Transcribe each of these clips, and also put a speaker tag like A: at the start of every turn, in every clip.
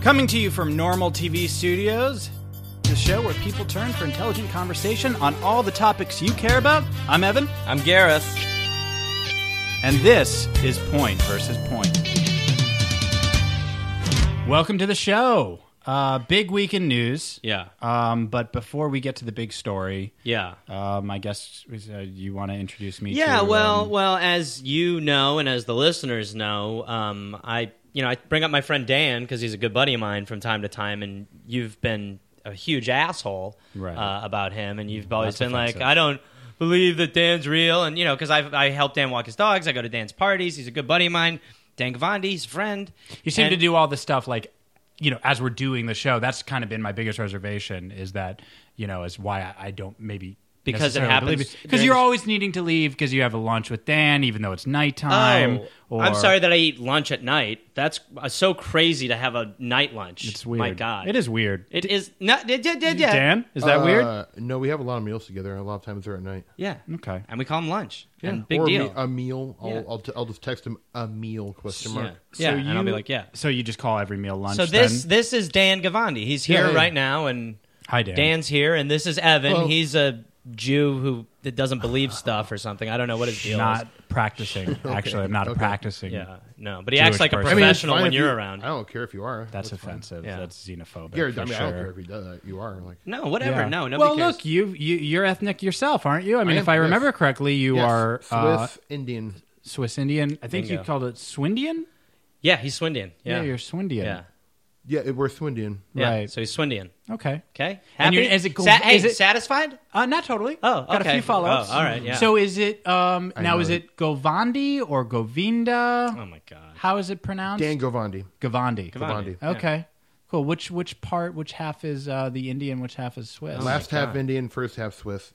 A: Coming to you from Normal TV Studios, the show where people turn for intelligent conversation on all the topics you care about. I'm Evan,
B: I'm Gareth.
A: and this is Point versus Point. Welcome to the show. Uh, big week in news.
B: Yeah.
A: Um, but before we get to the big story,
B: Yeah.
A: um, I guess uh, you want to introduce me.
B: Yeah,
A: to,
B: well,
A: um,
B: well, as you know and as the listeners know, um, I you know, I bring up my friend Dan because he's a good buddy of mine from time to time and you've been a huge asshole
A: Right.
B: uh, about him and you've always
A: That's
B: been like,
A: offensive.
B: I don't believe that Dan's real and you know, cuz I I help Dan walk his dogs, I go to Dan's parties, he's a good buddy of mine. Dan Gavandi, he's a friend.
C: You seem
B: And-
C: to do all this stuff like, you know, as we're doing the show. That's kind of been my biggest reservation is that, you know, is why I, I don't maybe
B: Because it happens
C: because
B: during
C: you're
B: the-
C: always needing to leave because you have a lunch with Dan, even though it's nighttime.
B: Oh,
C: or,
B: I'm sorry that I eat lunch at night. That's uh, so crazy to have a night lunch.
C: It's weird.
B: My God,
C: it is weird.
B: It is not. Yeah, yeah, yeah, yeah.
C: Dan, is that weird?
D: Uh, No, we have a lot of meals together. and A lot of times they're at night.
B: Yeah.
C: Okay.
B: And we call them lunch.
D: Yeah,
B: And big
D: or a
B: deal.
D: me- A, meal. I'll,
B: Yeah.
D: I'll, t- I'll just text him a meal question
B: yeah.
D: mark.
B: yeah.
C: So
B: and I'll be
C: you-
B: like, yeah.
C: So you just call every meal lunch.
B: So this
C: then?
B: this is Dan Gavandi. He's here
D: Yeah, yeah.
B: right now, and
C: hi Dan.
B: Dan's here, and this is Evan.
D: Well-
B: He's a Jew who that doesn't believe stuff or something. I don't know what his deal
C: not
B: is.
C: practicing. Actually, I'm not a practicing.
B: Yeah. No, but he
C: Jewish
B: acts like a
C: person. I
D: I mean, it's
B: professional
D: fine
B: when
D: if you-
B: you're around.
D: I don't care if you are.
C: That's,
D: fine.
C: offensive.
B: Yeah.
C: That's xenophobic.
D: Garrett,
C: for
D: I mean,
C: sure.
D: I don't care if you do that. You are like.
B: No, whatever. No, nobody
C: Well,
B: cares.
C: look, you, you you're ethnic yourself, aren't you? I mean,
D: I am,
C: if I
D: yes.
C: remember correctly, you
D: Yes,
C: are
D: Swiss
C: uh,
D: Indian.
C: Swiss Indian. I think
B: Bingo.
C: you called it Swindian.
B: yeah, he's Swindian. Yeah.
C: you're Swindian.
B: yeah.
D: Yeah, it- we're Swindian.
B: Yeah.
C: Right.
B: So he's Swindian.
C: Okay.
B: Okay.
C: And
B: Happy?
C: you're- is it go-
B: Sa- hey,
C: is it-
B: satisfied?
C: Uh, not totally.
B: Oh,
C: got a
B: okay.
C: few follow-ups.
B: Oh, all right, yeah.
C: So is it um, now?
D: know
C: Is
D: it.
C: it Govandi or Govinda?
B: Oh my God.
C: How is it pronounced?
D: Dan Govandi.
C: Govandi.
B: Gavandi.
D: Gavandi.
B: Yeah.
C: Okay. Cool. Which which part? Which half is uh, the Indian? Which half is Swiss?
D: Last half Indian, first half Swiss.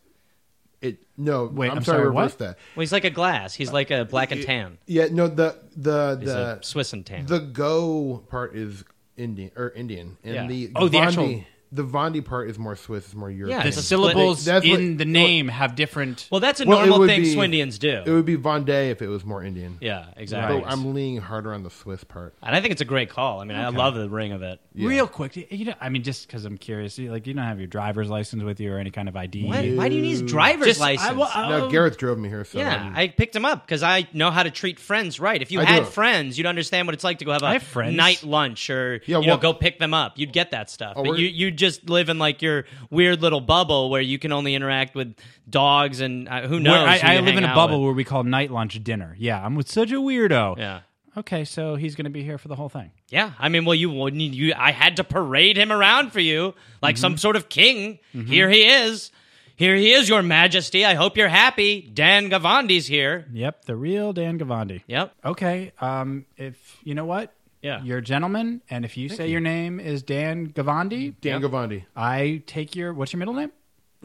D: It no.
C: Wait,
D: I'm,
C: I'm
D: sorry.
C: sorry, what?
D: reverse that.
B: Well, he's like a glass.
C: Uh,
B: He's like a black and tan.
D: Yeah, no. The the
B: He's
D: the
B: a Swiss and tan.
D: The go part is Indian or Indian, and
B: Yeah.
D: the
C: Oh, the
D: Vondi-
C: actual-
D: the Vondi part is more Swiss, it's more European.
C: the
B: it's a
C: syllables
D: split- that's
C: in
D: what-
C: the name have different.
B: well, that's a
D: Well, it
B: normal
D: would
B: thing
D: be-
B: Swindians do.
D: It would be Vendée if it was more Indian.
B: yeah, exactly.
D: but I'm leaning harder on the Swiss part.
B: and I think it's a great call. I mean, I love the ring of it.
C: Real quick, you- you know, I mean, just because I'm curious, you- like you don't have your driver's license with you or any kind of ID.
B: Why, why do you need his driver's
C: Just- I-
B: license?
C: well, I-
D: Now Gareth drove me here, so
B: Um, yeah,
D: I'm-
B: I picked him up because I know how to treat friends right. If you
D: I do
B: had
D: it.
B: friends, you'd understand what it's like to go have a
C: I have friends.
B: night lunch or
D: Yeah,
B: you know,
D: well- Oh,
B: go pick them up. You'd get that stuff. but
D: we're-
B: you you just live in like your weird little bubble where you can only interact with dogs and uh, who knows.
C: Where I,
B: who
C: I
B: you
C: live
B: hang
C: in a
B: out
C: bubble
B: with.
C: where we call night lunch dinner. Yeah, I'm with such a weirdo.
B: Yeah.
C: Okay, so he's going to be here for the whole thing.
B: Yeah, I mean, well, you wouldn't. You, I had to parade him around for you like
C: Mm-hmm.
B: some sort of king. Here he is. Here he is, Your Majesty. I hope you're happy. Dan Gavandi's here.
C: Yep, the real Dan Gavandi.
B: Yep.
C: Okay. Um, if you know what,
B: Yeah.
C: you're a gentleman, and if you say your name is Dan Gavandi,
D: Dan Govandi.
C: I take your what's your middle name?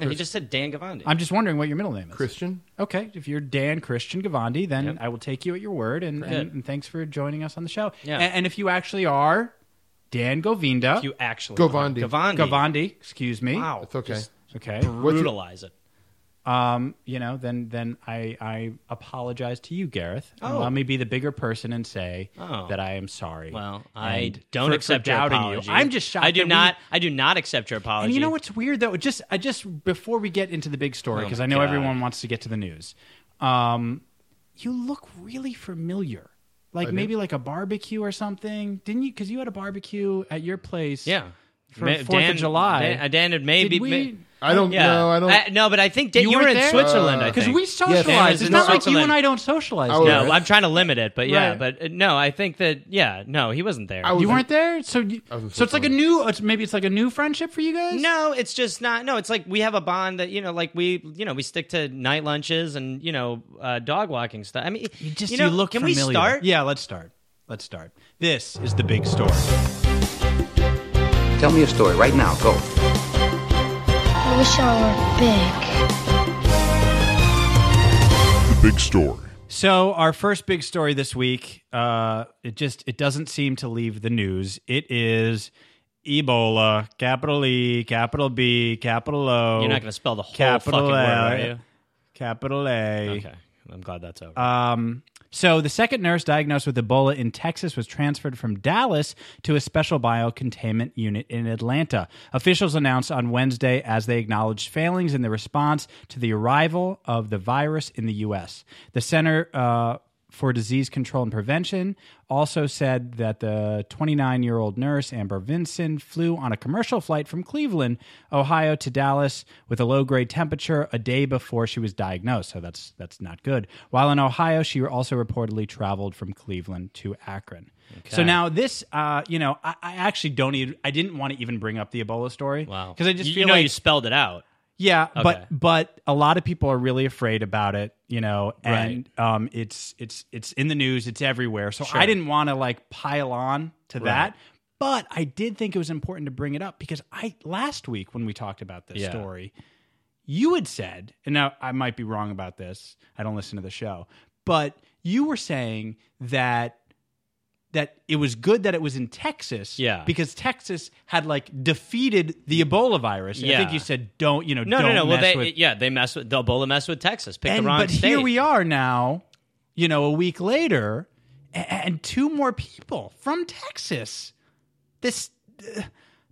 B: And he just said Dan Gavandi.
C: I'm just wondering what your middle name is.
D: Christian.
C: Okay, if you're Dan Christian Gavandi, then I will take you at your word, and,
B: Good.
C: and, and thanks for joining us on the show.
B: Yeah.
C: A- And, if you actually are Dan Govinda,
B: you actually
D: Gavandi.
B: Gavandi.
C: Gavandi, excuse me.
B: Wow.
D: That's okay.
B: Just
C: Okay.
B: brutalize it.
C: Um, you know, then then I I apologize to you, Gareth. And
B: Oh.
C: Let me be the bigger person and say
B: Oh.
C: that I am sorry.
B: Well, I
C: And
B: don't
C: for- for
B: accept your
C: doubting
B: apology.
C: you. I'm just shocked.
B: I do
C: that we-
B: not. I do not accept your apology.
C: and you know what's weird though? Just I just before we get into the big story
B: Oh
C: because
B: my
C: I know
B: God.
C: everyone wants to get to the news. Um, you look really familiar. Like maybe like a barbecue or something, didn't you? Because you had a barbecue at your place.
B: Yeah.
C: for
B: Ma-
C: Fourth
B: Dan-
C: of July.
B: Dan, uh, Dan had maybe.
C: Did we-
D: I don't
B: yeah.
D: know. I don't.
B: I- no, but I think Dan,
C: You
B: you, were
C: weren't
B: in
C: there?
B: Switzerland. I
C: Because
B: think
C: we socialize.
D: Dan was
C: it's
D: in
C: not like you
B: Switzerland.
C: and I don't socialize.
D: I was-
C: Dan.
B: No, I'm trying to limit it, but yeah,
C: Right.
B: but uh, no, I think that yeah, no, he wasn't there.
D: I was
C: You
D: in-
C: weren't there, so you,
D: I was in
C: so it's like a
D: Switzerland.
C: new. It's maybe it's like a new friendship for you guys.
B: no, it's just not. No, it's like we have a bond that you know, like we you know we stick to night lunches and you know uh, dog walking stuff. I mean,
C: you just
B: know,
C: you look.
B: Can
C: familiar.
B: we start?
C: Yeah, let's start. Let's start. This is the big story.
E: Tell me a story right now. Go.
F: I wish I were big.
G: Big story.
C: So our first big story this week. Uh, it just it doesn't seem to leave the news. It is Ebola. Capital E, capital B, capital O.
B: You're not going to spell the whole
C: capital L,
B: fucking word, are you?
C: Capital A.
B: Okay, I'm glad that's over.
C: Um, So the second nurse diagnosed with Ebola in Texas was transferred from Dallas to a special biocontainment unit in Atlanta. Officials announced on Wednesday as they acknowledged failings in the response to the arrival of the virus in the U.S. The center. Uh, for Disease Control and Prevention also said that the 29 year old nurse, Amber Vinson, flew on a commercial flight from Cleveland, Ohio to Dallas with a low grade temperature a day before she was diagnosed. So that's, that's not good. While in Ohio, she also reportedly traveled from Cleveland to Akron. So now this, uh, you know, I, I actually don't even, I didn't want to even bring up the Ebola story.
B: Wow.
C: Because I just
B: you,
C: feel
B: you know
C: like
B: you spelled it out.
C: yeah,
B: Okay.
C: but but a lot of people are really afraid about it, you know, and um, it's it's it's in the news, it's everywhere. So I didn't want to like pile on to that, but I did think it was important to bring it up because I last week when we talked about this
B: Yeah.
C: story, you had said, and now I might be wrong about this. I don't listen to the show, but you were saying that that it was good that it was in Texas,
B: Yeah.
C: because Texas had like defeated the Ebola virus. I think
B: Yeah.
C: you said don't, you know,
B: No,
C: don't
B: no, no. Well,
C: mess
B: they
C: with.
B: yeah, they mess with the Ebola mess with Texas. Pick
C: and
B: the wrong
C: but
B: state.
C: here we are now, you know, a week later, and, and two more people from Texas, this uh,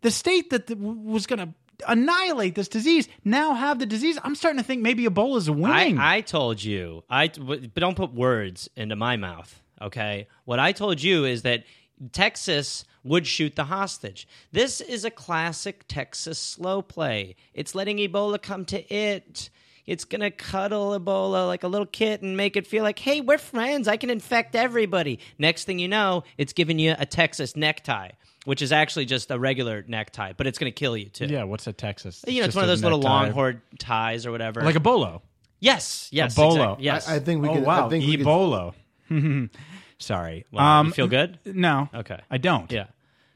C: the state that th- was going to annihilate this disease, now have the disease. I'm starting to think maybe Ebola's winning.
B: I, I told you. I but don't put words into my mouth. Okay. What I told you is that Texas would shoot the hostage. This is a classic Texas slow play. It's letting Ebola come to it. It's gonna cuddle Ebola like a little kitten, make it feel like, hey, we're friends. I can infect everybody. Next thing you know, it's giving you a Texas necktie, which is actually just a regular necktie, but it's gonna kill you too.
C: yeah, what's a Texas?
B: You know, it's
C: Just
B: one of
C: a
B: those little
C: necktie.
B: longhorn ties or whatever.
C: like a bolo.
B: Yes, yes,
C: bolo.
B: exact- Yes,
D: I think we
C: oh
D: can.
C: wow,
D: I think we can-
C: Ebola. Sorry. Um,
B: Wow, you feel good?
C: No.
B: Okay.
C: I don't.
B: Um, yeah,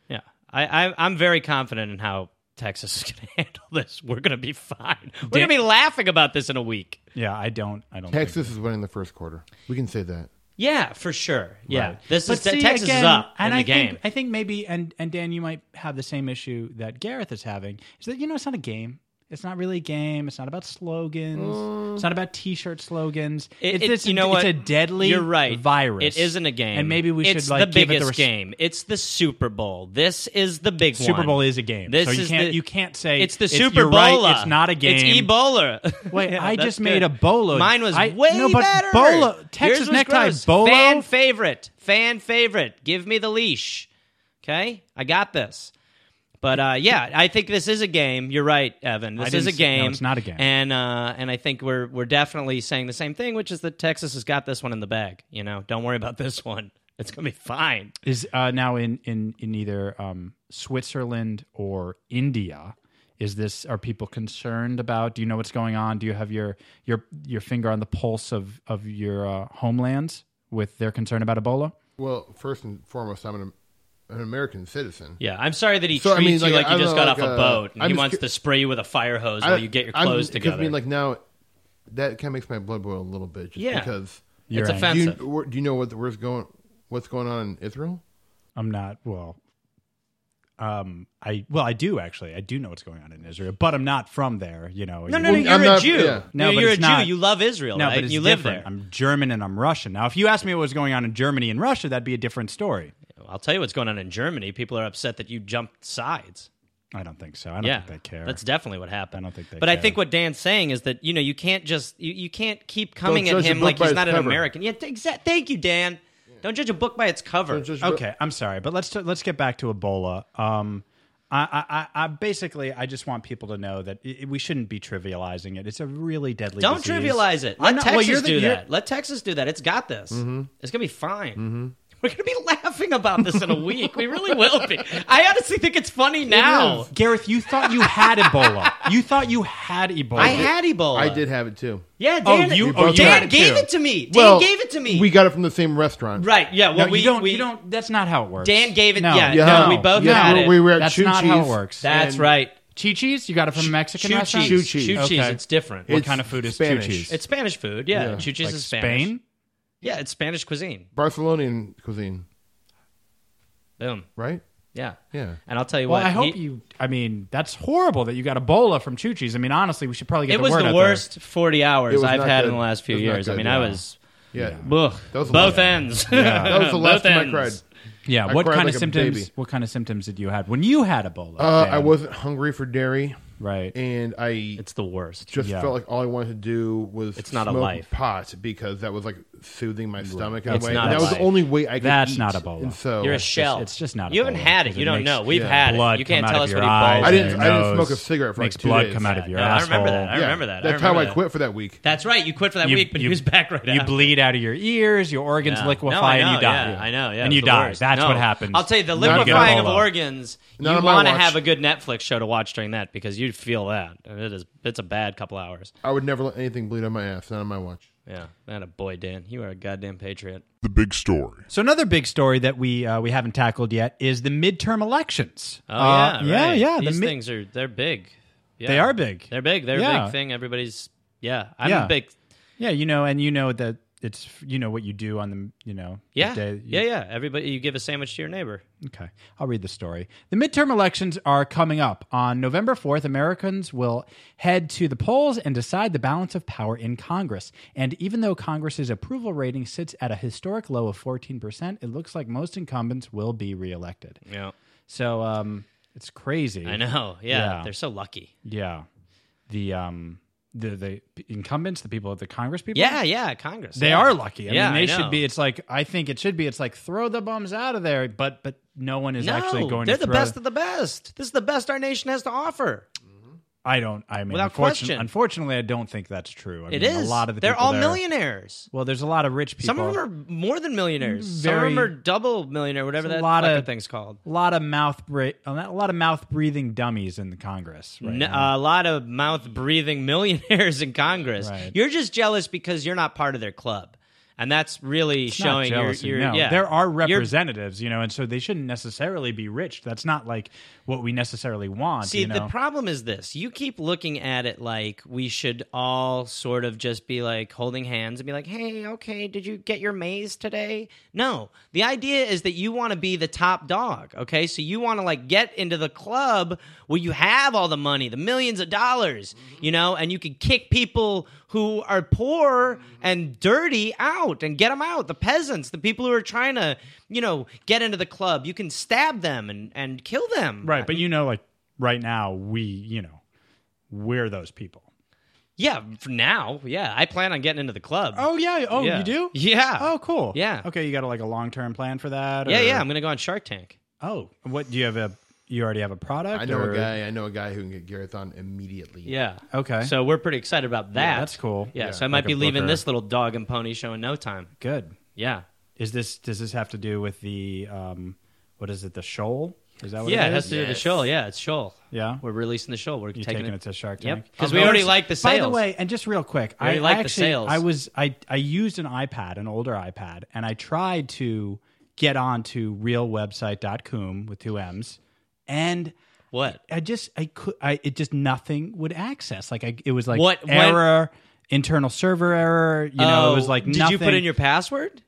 B: yeah. I, I I'm very confident in how Texas is going to handle this. We're going to be fine. We're going to be laughing about this in a week.
C: Yeah, I don't. I don't. think-
D: Texas is winning the first quarter. We can say that.
B: Yeah, for sure. Yeah,
C: Right.
B: this
C: But
B: is te-
C: see,
B: Texas
C: again,
B: is up
C: and
B: in
C: I
B: the game.
C: Think, I think maybe, and and Dan, you might have the same issue that Gareth is having. Is that you know it's not a game. It's not really a game. It's not about slogans. It's not about T-shirt slogans.
B: It-
C: it's
B: it-
C: just-
B: you know
C: it's
B: what?
C: a deadly
B: You're right.
C: virus.
B: It isn't a game,
C: and maybe we
B: it's
C: should like
B: the
C: give
B: biggest
C: it the res-
B: game. It's the Super Bowl. This is the big one.
C: Super Bowl is a game,
B: This
C: so you
B: is
C: can't
B: the-
C: you can't say
B: It's the Super
C: you're
B: Bowl.
C: right, it's not a game.
B: It's Ebola.
C: Wait,
B: Yeah,
C: I
B: that's
C: just made
B: good.
C: a bolo.
B: Mine was
C: I-
B: way
C: no, but
B: better.
C: bolo-
B: Yours
C: Texas
B: was
C: necktie
B: gross.
C: bolo?
B: Fan favorite. Fan favorite. Give me the leash. Okay, I got this. But uh, yeah, I think this is a game. You're right, Evan. This
C: didn't
B: is a
C: say- no,
B: game.
C: it's not a game.
B: And uh, and I think we're we're definitely saying the same thing, which is that Texas has got this one in the bag. You know, don't worry about this one. It's gonna be fine.
C: is uh, now in in in either um, Switzerland or India. Is this are people concerned about? Do you know what's going on? Do you have your your your finger on the pulse of of your uh, homelands with their concern about Ebola?
D: Well, first and foremost, I'm an, an American citizen.
B: Yeah, I'm sorry that he
D: So, I
B: treats
D: mean,
B: you
D: like,
B: like you
D: I
B: just
D: don't
B: got
D: know,
B: off
D: like,
B: a
D: uh,
B: boat, and
D: I'm
B: he
D: just
B: wants
D: cu-
B: to spray you with a fire hose
D: I-
B: while you get your
D: I'm-
B: clothes
D: Because I
B: together.
D: mean, like now, that kind of makes my blood boil a little bit. Just
B: Yeah.
D: Because
C: You're
B: it's
C: right.
D: do you,
B: offensive.
D: where- do you know what where's going? What's going on in Israel?
C: I'm not well. Um, I well, I do actually. I do know what's going on in Israel, but I'm not from there. You know,
B: No,
C: You-
B: no, no.
D: Well,
B: You're
D: I'm
B: a
D: not-
B: Jew.
D: yeah.
C: No,
B: No,
C: but
B: you're a
C: it's
B: Jew.
C: not-
B: You love Israel,
C: No,
B: right?
C: but it's
B: you live
C: different.
B: there.
C: I'm German and I'm Russian. Now, if you asked me what was going on in Germany and Russia, that'd be a different story.
B: I'll tell you what's going on in Germany. People are upset that you jumped sides.
C: I don't think so. I don't
B: yeah,
C: think they care.
B: That's definitely what happened.
C: I don't think they
B: But I
C: care.
B: think what Dan's saying is that you know you can't just you, you can't keep coming at
D: judge a
B: him
D: book
B: like
D: by
B: he's
D: its
B: not an
D: cover.
B: American. Yeah, exact. Thank you, Dan. Don't judge a book by its cover.
D: Just-
C: Okay, I'm sorry, but let's let's get back to Ebola. Um, I, I, I I- basically I just want people to know that i we shouldn't be trivializing it. It's a really deadly.
B: Don't
C: disease.
B: trivialize it.
C: I
B: Let
C: know- well,
B: Texas
C: you're the-
B: do
C: you're- Mm-hmm.
B: that. Let Texas do that. It's got this. It's gonna be fine. We're gonna be laughing about this in a week. we really will be. I honestly think it's funny now.
C: Gareth, you thought you had Ebola. You thought you had Ebola.
B: I had Ebola.
D: I did have it too.
B: Yeah,
C: Oh,
B: Dan.
C: you-
B: you,
C: oh, you
B: Dan
C: had it
B: gave
C: too.
B: it to me. Dan
D: Well,
B: gave it to me.
D: We got it from the same restaurant.
B: right. Yeah.
C: No,
B: Well, we
C: you don't.
B: We,
C: you don't. That's not how it works.
B: Dan gave it-
C: No,
B: yeah,
D: no,
B: we both
C: no,
B: had it.
D: We were at
C: that's
D: Chu
C: not how it
D: Chi's.
C: works.
B: That's
D: and-
B: right.
C: Chi-Chi's? You got it from a Mexican
B: Chew
C: restaurant.
B: cheese.
D: Chuchis.
B: Chew cheese.
C: Okay.
B: It's different.
C: What
D: It's
C: kind of food is
D: Spanish.
C: Chu-Chi's?
B: It's Spanish food. Yeah.
D: Yeah.
B: Chuchis
C: like
B: is Spanish.
C: Spain.
B: Yeah, it's Spanish cuisine.
D: Barcelonian cuisine,
B: Boom.
D: right?
B: Yeah.
D: Yeah.
B: And I'll tell you
C: Well,
B: what.
C: I hope
B: he-
C: you. I mean, that's horrible that you got Ebola from Chuchis. I mean, honestly, we should probably get
B: It
C: the
B: was
C: word
B: the
C: out there.
B: worst 40
D: It
B: hours
D: was
B: I've
D: not
B: had
D: good.
B: in the last few
D: It was not
B: years. I
D: good,
B: mean, I
D: yeah.
B: was
D: Yeah.
B: Ugh,
D: was a
B: both
D: lot.
B: ends.
D: That was the
B: Both
D: last time I
B: ends.
D: cried.
C: Yeah.
D: I
C: what
D: cried
C: kind
D: like
C: of
D: a
C: symptoms?
D: baby.
C: What kind of symptoms did you have when you had Ebola?
D: Uh, I
C: Dan?
D: wasn't hungry for dairy,
C: right.
D: and I
B: It's the worst.
D: just
C: yeah.
D: felt like all I wanted to do was
B: It's not a
D: smoke
B: life.
D: pot because that was like soothing my stomach in a
B: It's
D: way.
B: not
D: And
B: a
D: that was the
B: life.
D: only way I could.
C: That's
D: eat.
C: not Ebola.
D: And so
B: You're a shell.
C: it's just not
B: You haven't
C: Ebola,
B: had it.
C: 'cause
B: You
C: it
B: don't
C: makes
B: know. We've
D: yeah.
B: had it.
C: blood
B: You can't
C: come out
B: tell
C: of
B: us
C: your
B: what
C: eyes
B: Ebola
D: I didn't-
C: and
B: is.
C: your
D: I didn't
C: nose.
D: smoke a cigarette for
C: Makes
D: like two
C: blood
D: days.
C: come out of your
B: Yeah, I
C: asshole.
B: remember that. I
D: Yeah,
B: remember that. I
D: That's
B: remember
D: how I
B: that.
D: quit for that week.
B: That's right. You quit for that week, but he was back right
C: You
B: after.
C: bleed out of your ears, your organs
B: Yeah.
C: liquefy,
B: No, I
C: and
B: know,
C: you die.
B: Yeah, I know. Yeah,
C: and
B: it's
C: you
B: the
C: die.
B: worst.
C: That's
B: No.
C: what happens.
B: I'll tell you, the
D: Not on
B: liquefying
C: my
B: of
C: watch.
B: organs.
D: Not
B: you
D: on my
B: want to
D: watch.
B: have a good Netflix show to watch during that because you'd feel that. And It is. It's a bad couple hours.
D: I would never let anything bleed on my ass, not on my watch.
B: Yeah, man, a boy, Dan. You are a goddamn patriot.
G: The big story.
C: So another big story that we uh, we haven't tackled yet is the midterm elections.
B: Oh
C: Uh,
B: yeah, right.
C: yeah, yeah.
B: These
C: the mid-
B: things are they're big. Yeah.
C: They are big.
B: They're big. They're a
C: Yeah.
B: big thing. Everybody's yeah. I'm
C: Yeah.
B: a big
C: yeah, you know, and you know that it's you know what you do on the you know the
B: yeah
C: day-
B: yeah yeah. Everybody, you give a sandwich to your neighbor.
C: Okay, I'll read the story. The midterm elections are coming up. On November 4th, Americans will head to the polls and decide the balance of power in Congress. And even though Congress's approval rating sits at a historic low of 14%, it looks like most incumbents will be reelected.
B: Yeah,
C: So um, it's crazy.
B: I know. Yeah,
C: Yeah.
B: they're so lucky.
C: Yeah. The, um, the, the incumbents, the people, the Congress people?
B: Yeah, yeah. Congress.
C: They
B: yeah.
C: are lucky. I
B: Yeah,
C: mean, they
B: I know.
C: should be. It's like I think it should be. It's like throw the bums out of there, but but no one is
B: no,
C: actually going.
B: they're
C: to
B: the
C: throw-
B: best of the best. This is the best our nation has to offer.
C: I don't. I mean,
B: Without
C: unfortun-
B: question.
C: unfortunately, I don't think that's true. I
B: It
C: mean,
B: is
C: a lot of the
B: they're
C: people
B: all
C: there-
B: millionaires.
C: Well, there's a lot of rich people.
B: Some of them are more than millionaires. Some of
C: Very-
B: them are double millionaire, whatever
C: It's a
B: that
C: lot
B: fucking
C: of-
B: thing's called.
C: a lot of mouth bra- a lot of mouth breathing dummies in the Congress. Right
B: N-
C: now.
B: a lot of mouth breathing millionaires in Congress.
C: Right.
B: You're just jealous because you're not part of their club, and that's really
C: It's not
B: showing your.
C: jealousy,
B: your
C: no.
B: yeah.
C: There are
B: You're-
C: representatives, you know, and so they shouldn't necessarily be rich. That's not like what we necessarily want.
B: See,
C: you know?
B: the problem is this. You keep looking at it like we should all sort of just be like holding hands and be like, hey, okay, did you get your maze today? No. The idea is that you want to be the top dog, okay? So you want to like get into the club where you have all the money, the millions of dollars, you know, and you can kick people who are poor and dirty out and get them out. The peasants, the people who are trying to, you know, get into the club, you can stab them and, and kill them.
C: right? But you know, like right now, we, you know, we're those people.
B: Yeah, for now. Yeah, I plan on getting into the club.
C: Oh yeah. Oh,
B: Yeah.
C: you do?
B: Yeah.
C: Oh, cool.
B: Yeah.
C: Okay, you got a, like a long term plan for that?
B: yeah,
C: or-
B: yeah. I'm gonna go on Shark Tank.
C: Oh, what do you have a? You already have a product?
D: I know
C: or-
D: a guy. I know a guy who can get Gareth on immediately.
B: Yeah.
C: Okay.
B: So we're pretty excited about that.
C: Yeah, that's cool.
B: Yeah.
C: Yeah,
B: so I
C: like
B: might
C: a
B: be leaving
C: booker.
B: this little dog and pony show in no time.
C: Good.
B: Yeah.
C: Is this does this have to do with the um what is it the shoal? Is that what Oh,
B: Yeah,
C: it
B: it has
C: is?
B: to do with the
D: Yes.
B: shoal. Yeah, it's shoal.
C: Yeah.
B: We're releasing the shoal. We're
C: You're
B: taking,
C: taking, it to Shark
B: Yep,
C: Tank
B: 'cause we already
C: Although-
B: like the
C: By the
B: sales.
C: way, and just real quick,
B: already
C: I
B: like
C: I
B: the
C: actually,
B: sales.
C: I was I I used an iPad, an older iPad, and I tried to get onto realwebsite.com with two M's, and
B: What?
C: I just I could I it just nothing would access. Like I it was like
B: What- when-
C: error, internal server error. You know, it was
B: Oh,
C: like
B: Did
C: nothing.
B: you put in your password?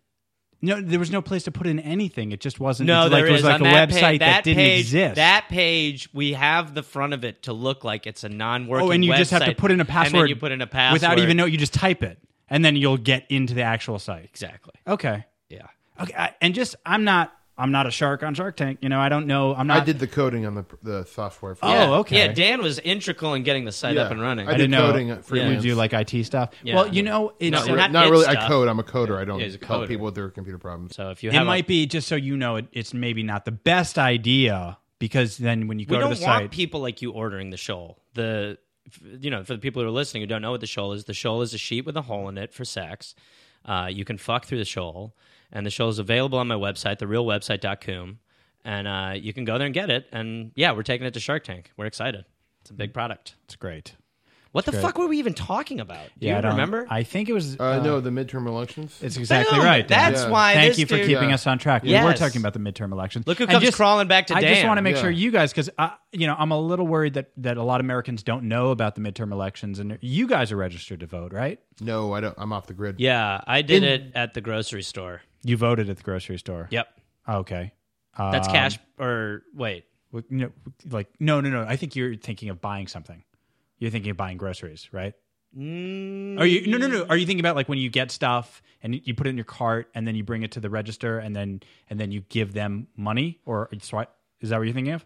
C: no? There was no place to put in anything. It just wasn't.
B: No,
C: it,
B: there
C: like, it was
B: is.
C: like
B: On
C: a
B: that
C: website
B: page,
C: that, didn't
B: page,
C: exist.
B: That page, we have the front of it to look like it's a non-working.
C: oh, and you just have to
B: website,
C: put in a
B: and then
C: password.
B: you put in a password
C: without even know. You just type it, and then you'll get into the actual site.
B: exactly.
C: Okay.
B: Yeah.
C: Okay. I, and just I'm not I'm not a shark on Shark Tank. You know, I don't know. I'm
D: I
C: not.
D: did the coding on the the software. For
C: Oh,
B: Yeah.
C: okay.
B: Yeah, Dan was integral in getting the site up and running.
D: I
C: didn't
D: did
C: know.
D: coding for
B: Yeah.
C: You do like IT stuff.
B: Yeah.
C: Well, you know, it's
B: No,
D: not,
B: So
D: re-
B: not
D: not
B: it
D: really. I
B: stuff.
D: code. I'm a coder. I don't
B: Yeah, he's a coder.
D: help people with their computer problems.
B: So if you
C: it
B: have, a-
C: might be just so you know it, it's maybe not the best idea because then when you go
B: we
C: to
B: don't
C: the
B: want
C: site
B: people like you ordering the shoal. The f- you know, for the people who are listening who don't know what the shoal is, the shoal is a sheet with a hole in it for sex. Uh, you can fuck through the shoal, and the shoal is available on my website, therealwebsite.com, and uh, you can go there and get it. And yeah, we're taking it to Shark Tank. We're excited. It's a big product.
C: Mm. it's great
B: What the fuck were we even talking about? Do
C: I
B: you
C: don't-
B: remember?
C: i think it was
D: Uh, no, the midterm elections.
C: it's exactly
B: Boom!
C: right Dan.
B: That's
D: Yeah.
B: why.
C: thank
B: this
C: you for
B: dude-
C: keeping
D: Yeah.
C: us on track we were
B: Yes.
C: talking about the midterm elections
B: Look who
C: And
B: comes
C: just-
B: crawling back to
C: i just
B: Dan.
C: want to make
D: Yeah.
C: sure you guys because you know i'm a little worried that that a lot of americans don't know about the midterm elections and you guys are registered to vote right
D: no, I don't. I'm off the grid.
B: yeah, I did it at the grocery store.
C: you voted at the grocery store Ah,
B: Yep,
C: okay uh,
B: that's cash. Or wait,
C: w- no, like no no no i think you're thinking of buying something you're thinking of buying groceries right
B: Mm.
C: Are you no no no? Are you thinking about like when you get stuff and you put it in your cart and then you bring it to the register and then and then you give them money or swipe? Is that what you're thinking of?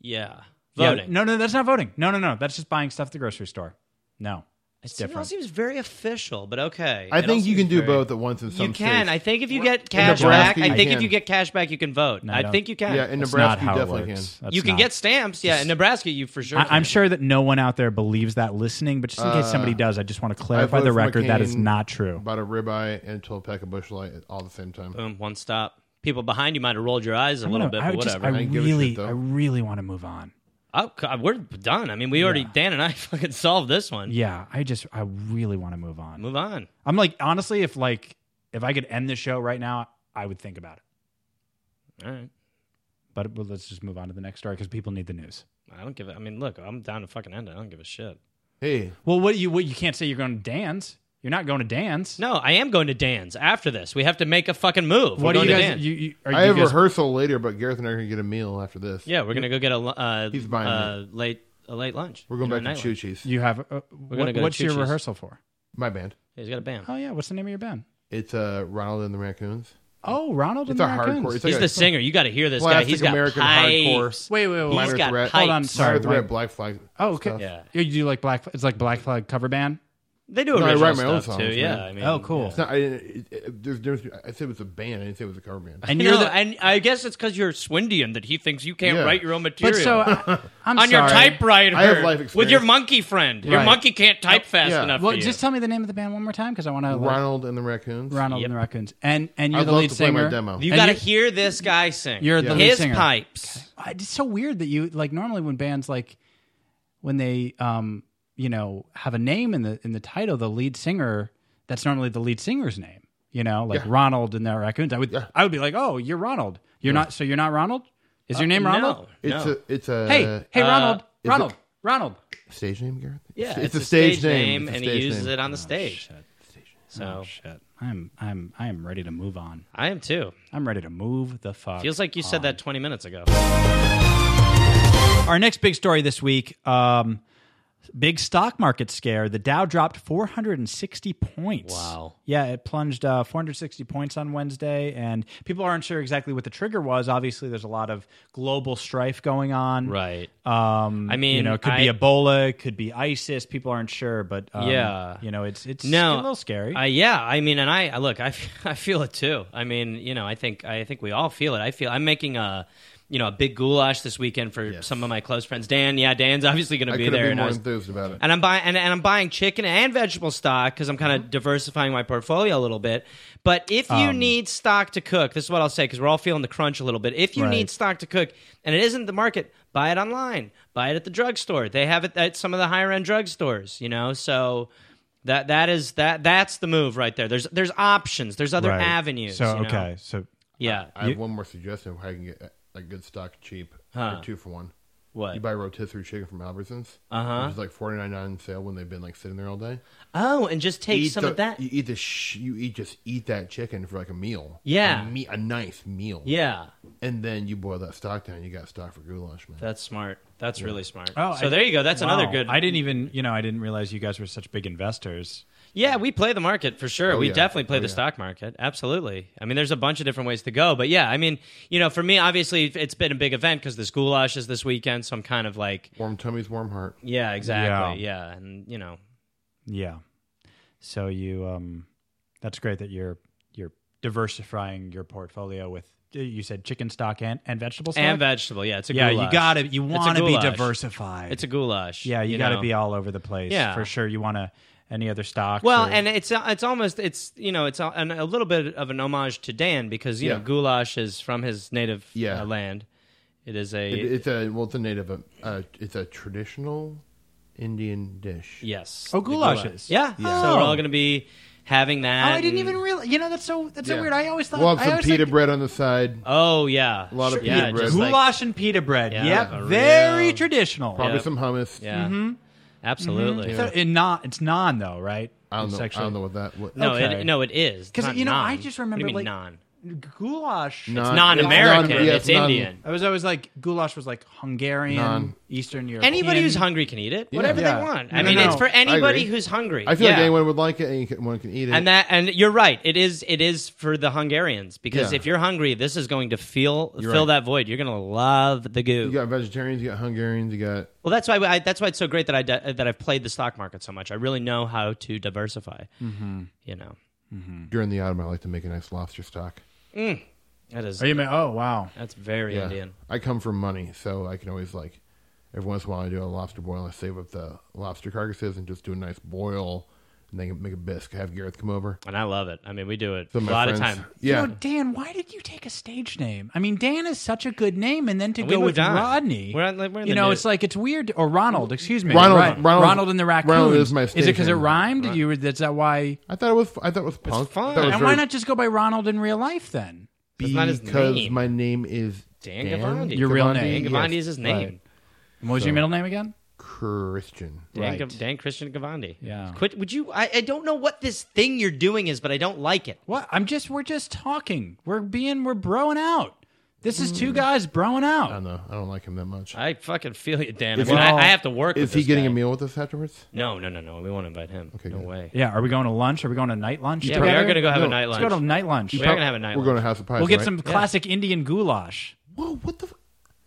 B: Yeah.
C: Yeah,
B: Voting.
C: no, no, that's not voting. No, no, no. That's just buying stuff at the grocery store. No, it's
B: See, It all
C: different.
B: seems very official, but okay.
D: I
B: It all
D: think you
B: seems
D: can do
B: very-
D: both at once in some
B: You can.
D: states.
B: I think if you get
D: In
B: cash back,
D: Nebraska,
B: I
D: you
B: think if
D: can.
B: you get cash back, you can vote.
C: No, I
B: I
C: don't-
B: think you can.
D: yeah, in
C: That's not
D: Nebraska, you
C: how it
D: definitely can.
C: works. That's
B: you can
C: not-
B: get stamps. Yeah, in Nebraska, you for sure.
C: I, I'm
B: can.
C: sure that no one out there believes that listening, but just in case somebody does, I just want to
D: Uh, I
C: clarify
D: vote
C: the
D: for
C: record that is
D: McCain.
C: not true.
D: Bought a ribeye and a pack of bush light all at the same time.
B: Boom, one stop. People behind you might have rolled your eyes a
C: I'm
B: little
C: gonna-
B: bit,
C: I
B: but
C: would just-
B: whatever.
C: I
D: didn't give a shit,
C: really,
D: though.
C: I really want to move on.
B: Oh, God, we're done. I mean, we already Dan and I fucking solved this one.
C: Yeah, I just, I really want to move on.
B: Move on.
C: I'm like, honestly, if like, if I could end the show right now, I would think about it.
B: All right.
C: But well, let's just move on to the next story because people need the news.
B: I don't give a. I mean, look, I'm down to fucking end it. I don't give a shit.
D: Hey,
C: Well, what you, what you can't say you're going to Dan's. You're not going to Dan's.
B: No, I am going to Dan's after this. We have to make a fucking move.
C: What
B: we're
C: do
B: going
C: you
B: to
C: guys?
B: Dan's.
C: You, you, are
D: I
C: you
D: have
C: guys,
D: rehearsal later, but Gareth and I are gonna get a meal after this.
B: yeah, we're gonna go get a lu- uh,
D: He's buying
B: uh, late a late lunch.
D: we're going
B: You know, night
D: back to Choo
B: lunch.
D: Cheese.
C: You have. Uh,
B: gonna
C: what-
B: go to
C: what's your
B: Choo Chee's.
C: rehearsal for?
D: My band.
B: He's got a band.
C: Oh yeah, what's the name of your band?
D: It's uh, Ronald and the Raccoons.
C: Oh, Ronald.
D: It's
C: and
D: a
C: the Raccoons.
D: hardcore. It's like
B: He's
D: a
B: the singer. You got to hear this guy.
D: Classic
B: He's got
D: American
B: pipes.
D: hardcore.
C: Wait, wait, wait.
B: He's
D: Minor
B: got
D: threat.
B: pipes.
D: Hold
C: on,
D: Sorry,
C: Sorry,
D: the Red
C: Mike.
D: Black Flag.
C: Oh, okay.
D: stuff.
B: Yeah,
C: You, you like black? It's like black flag cover band.
B: they do
D: I
B: original
D: write my own
B: stuff too.
D: songs,
B: Yeah,
D: man.
B: I mean,
C: Oh, cool.
D: It's not. I, didn't- it, it, there's difference. I said it was a band. I didn't say it was a cover band.
C: And
B: You
C: you're
B: know,
C: the.
B: and I guess it's because you're Swindian that he thinks you can't
D: Yeah.
B: write your own
C: but
B: material.
C: so I, I'm
B: on your
C: sorry.
B: typewriter
D: I have
B: with
D: life
B: your
D: experience.
B: monkey friend. Your
C: Right.
B: monkey can't type fast
D: yeah.
B: enough.
C: Well,
B: for you.
C: just tell me the name of the band one more time because I want to. Like,
D: Ronald and the Raccoons.
C: Ronald
B: Yep.
C: and the Raccoons, and and you're
D: I'd
C: the
D: love
C: lead
D: to play
C: singer.
D: my demo.
B: you
C: and
B: got to
C: you-
B: hear this guy sing.
C: You're the
D: Yeah.
C: lead
B: his
C: singer.
B: pipes.
C: I- It's so weird that you like normally when bands like when they um you know have a name in the in the title the lead singer that's normally the lead singer's name you know like Ronald and the Raccoons I would I would be like oh you're Ronald you're not so you're not Ronald is your name Ronald
B: No,
D: It's
B: no.
D: a. It's a.
C: hey hey Ronald
D: Uh, it-
C: Ronald Ronald
D: Stage name, Gareth.
B: yeah,
D: It's, a stage, name, It's a
B: and
D: stage
B: he uses
D: name.
B: it on the stage. So
C: shit I'm I'm I am ready to move on
B: I am too.
C: I'm ready to move the fuck
B: Feels like you said
D: Um,
B: that 20 minutes ago.
C: Our next big story this week um, big stock market scare. The Dow dropped 460 points.
B: Wow.
C: Yeah, it plunged uh, 460 points on Wednesday, and people aren't sure exactly what the trigger was. Obviously, there's a lot of global strife going on.
B: Right.
C: Um,
B: I mean,
C: you know, it could
B: I-
C: be Ebola, it could be ISIS. People aren't sure, but um,
B: Yeah.
C: you know, it's it's
B: No,
C: a little scary.
B: Uh, yeah, I mean, and I I- look, I, f- I feel it too. I mean, you know, I think I think we all feel it. I feel I'm making a you know a big goulash this weekend for some of my close friends. Dan, yeah, Dan's obviously going to
D: I
B: be
D: could have
B: there,
D: been
B: and, I
D: more
B: was,
D: enthused about it.
B: and I'm buying and, and I'm buying chicken and vegetable stock because I'm kind
C: Mm-hmm.
B: of diversifying my portfolio a little bit. But if you
C: Um.
B: need stock to cook, this is what I'll say because we're all feeling the crunch a little bit. If you
C: Right.
B: need stock to cook and it isn't the market, buy it online, buy it at the drugstore. They have it at some of the higher end drugstores, you know. So. That that is that that's the move right there. There's there's options. There's other
C: Right.
B: avenues.
C: So
B: you know?
C: okay, so
B: yeah.
D: I have one more suggestion of how you can get a good stock cheap, like two for one.
B: What?
D: You buy rotisserie chicken from Albertsons, uh-huh. which is like forty nine on sale when they've been like sitting there all day.
B: Oh, and just take
D: eat
B: some
D: the- e
B: of that.
D: You eat the sh- you eat just eat that chicken for like a meal.
B: Yeah.
D: a, me- a nice meal.
B: yeah,
D: and then you boil that stock down. You got stock for goulash, man.
B: that's smart. That's really smart.
C: Oh,
B: so
C: I-
B: there you go. That's another
C: Wow.
B: good.
C: I didn't even you know I didn't realize you guys were such big investors.
B: Yeah, we play the market for sure. we
D: yeah.
B: definitely play
D: Oh,
B: the
D: yeah.
B: stock market. Absolutely. I mean, there's a bunch of different ways to go, but yeah, I mean, you know, for me, obviously, it's been a big event because this goulash is this weekend, so I'm kind of like,
D: Warm tummy's warm heart.
B: yeah, exactly, yeah, and you know,
C: Yeah. So you um that's great that you're you're diversifying your portfolio with you said chicken stock and, and vegetable stock.
B: and vegetable, yeah, it's a
C: yeah,
B: goulash.
C: you got to you
B: It's a
C: want to be
B: goulash.
C: diversified.
B: It's a goulash.
C: yeah, you, got to
B: know?
C: be all over the place.
B: Yeah.
C: for sure. You want to any other stocks?
B: Well,
C: or-
B: and it's it's almost it's you know it's a, and a little bit of an homage to Dan because you
D: Yeah.
B: know goulash is from his native
D: Yeah.
B: uh, land. It is a
D: It, it's a well, it's a native. Uh, it's a traditional Indian dish.
B: yes.
C: oh
B: the
C: goulashes.
B: Yeah. So we're all going to be having
C: Oh,
B: that.
C: I didn't
B: and-
C: even realize. You know, that's so that's so
D: Yeah.
C: weird. I always thought.
D: We'll
C: I
D: have some
C: always
D: pita
C: think-
D: bread on the side.
B: Oh yeah.
D: A lot of
B: yeah,
D: pita bread.
B: just like-
C: Goulash and pita bread.
B: Yeah,
C: yep,
B: a
C: very
B: real-
C: traditional.
D: Probably
B: Yep.
D: some hummus.
B: yeah. Absolutely.
C: So it not, it's non though, right?
D: I don't
C: It's
D: know. I
C: actually-
D: don't know what that. What,
B: No,
C: Okay.
B: it no it is. It's
C: Because
B: not
C: you know, I
B: non.
C: just
B: What do
C: remember
B: you mean
C: like
B: non.
C: goulash.
D: Non-
B: non-American.
D: non- yeah,
B: it's
D: non-
B: Indian.
C: I was always like goulash was like Hungarian,
D: Non-
C: Eastern European.
B: Anybody who's hungry can eat it. Whatever
C: Yeah.
B: they want. I
C: No,
B: mean,
C: no,
B: it's
C: no.
B: for anybody
D: agree.
B: who's hungry.
D: I feel like
B: Yeah.
D: anyone would like it. Anyone can eat it.
B: And that, and you're right. It is, it is for the Hungarians because
D: Yeah.
B: if you're hungry, this is going to feel
D: You're
B: fill
D: right.
B: that void. You're going to love the goo.
D: you got vegetarians, you got Hungarians, you got
B: Well, that's why I, that's why it's so great that I de- that I've played the stock market so much. I really know how to diversify. Mm-hmm. You know,
D: during the autumn. I like to make a nice lobster stock.
B: that is
C: Are you ma- oh wow.
B: that's very Indian.
D: I come from money, so I can always like every once in a while I do a lobster boil. I save up the lobster carcasses and just do a nice boil, and then make a bisque. Have Gareth come over.
B: And I love it. I mean, we do it
D: Some
B: a
D: of my
B: lot of
D: friends-
B: time.
D: Yeah,
C: You know, Dan, why did you take a stage name? I mean, Dan is such a good name, and then to
B: We
C: go with
B: moved on.
C: Rodney,
B: We're on- like, we're in
C: you
B: the
C: know,
B: new-
C: it's like it's weird. Or Ronald, excuse me,
D: Ronald-
C: Right.
D: Ronald-
C: Ronald and the Raccoons.
D: Ronald is my stage
C: it because it
D: name.
C: rhymed? You were, that's that why?
D: I thought it was. I thought it was punk.
B: fun.
D: I thought it was
C: And
D: very-
C: why not just go by Ronald in real life then?
B: That's not his
D: because
B: name.
D: my name is
B: Dan Gavandi.
C: Your real
D: Gavandi,
C: name.
B: Dan
D: yes.
B: Gavandi is his name.
C: Right. And what was your middle name again?
D: Christian.
B: Dan,
C: Right.
B: Gav- Dan Christian Gavandi.
C: Yeah.
B: Quit. Would you? I, I don't know what this thing you're doing is, but I don't like it.
C: What? I'm just we're just talking. We're being we're broing out. This is two guys broing
D: I
C: out.
D: don't know. I don't like him that much.
B: I fucking feel you, Dan. I,
D: Is
B: mean,
D: he-
B: I, I have to work.
D: is
B: with
D: he
B: this
D: getting
B: guy.
D: a meal with us afterwards?
B: No, no, no, no. We won't invite him.
D: Okay,
B: no
D: good.
B: way.
C: Yeah, are we going to lunch? Are we going to night lunch?
B: Yeah, we
C: together?
B: are going to go have a
D: No,
B: night
C: Let's
B: lunch.
C: go to night lunch.
B: we are going to have a night
D: We're
B: lunch.
D: going to House of Pies.
C: We'll get
D: right?
C: some classic Indian goulash.
D: Whoa! What the? F-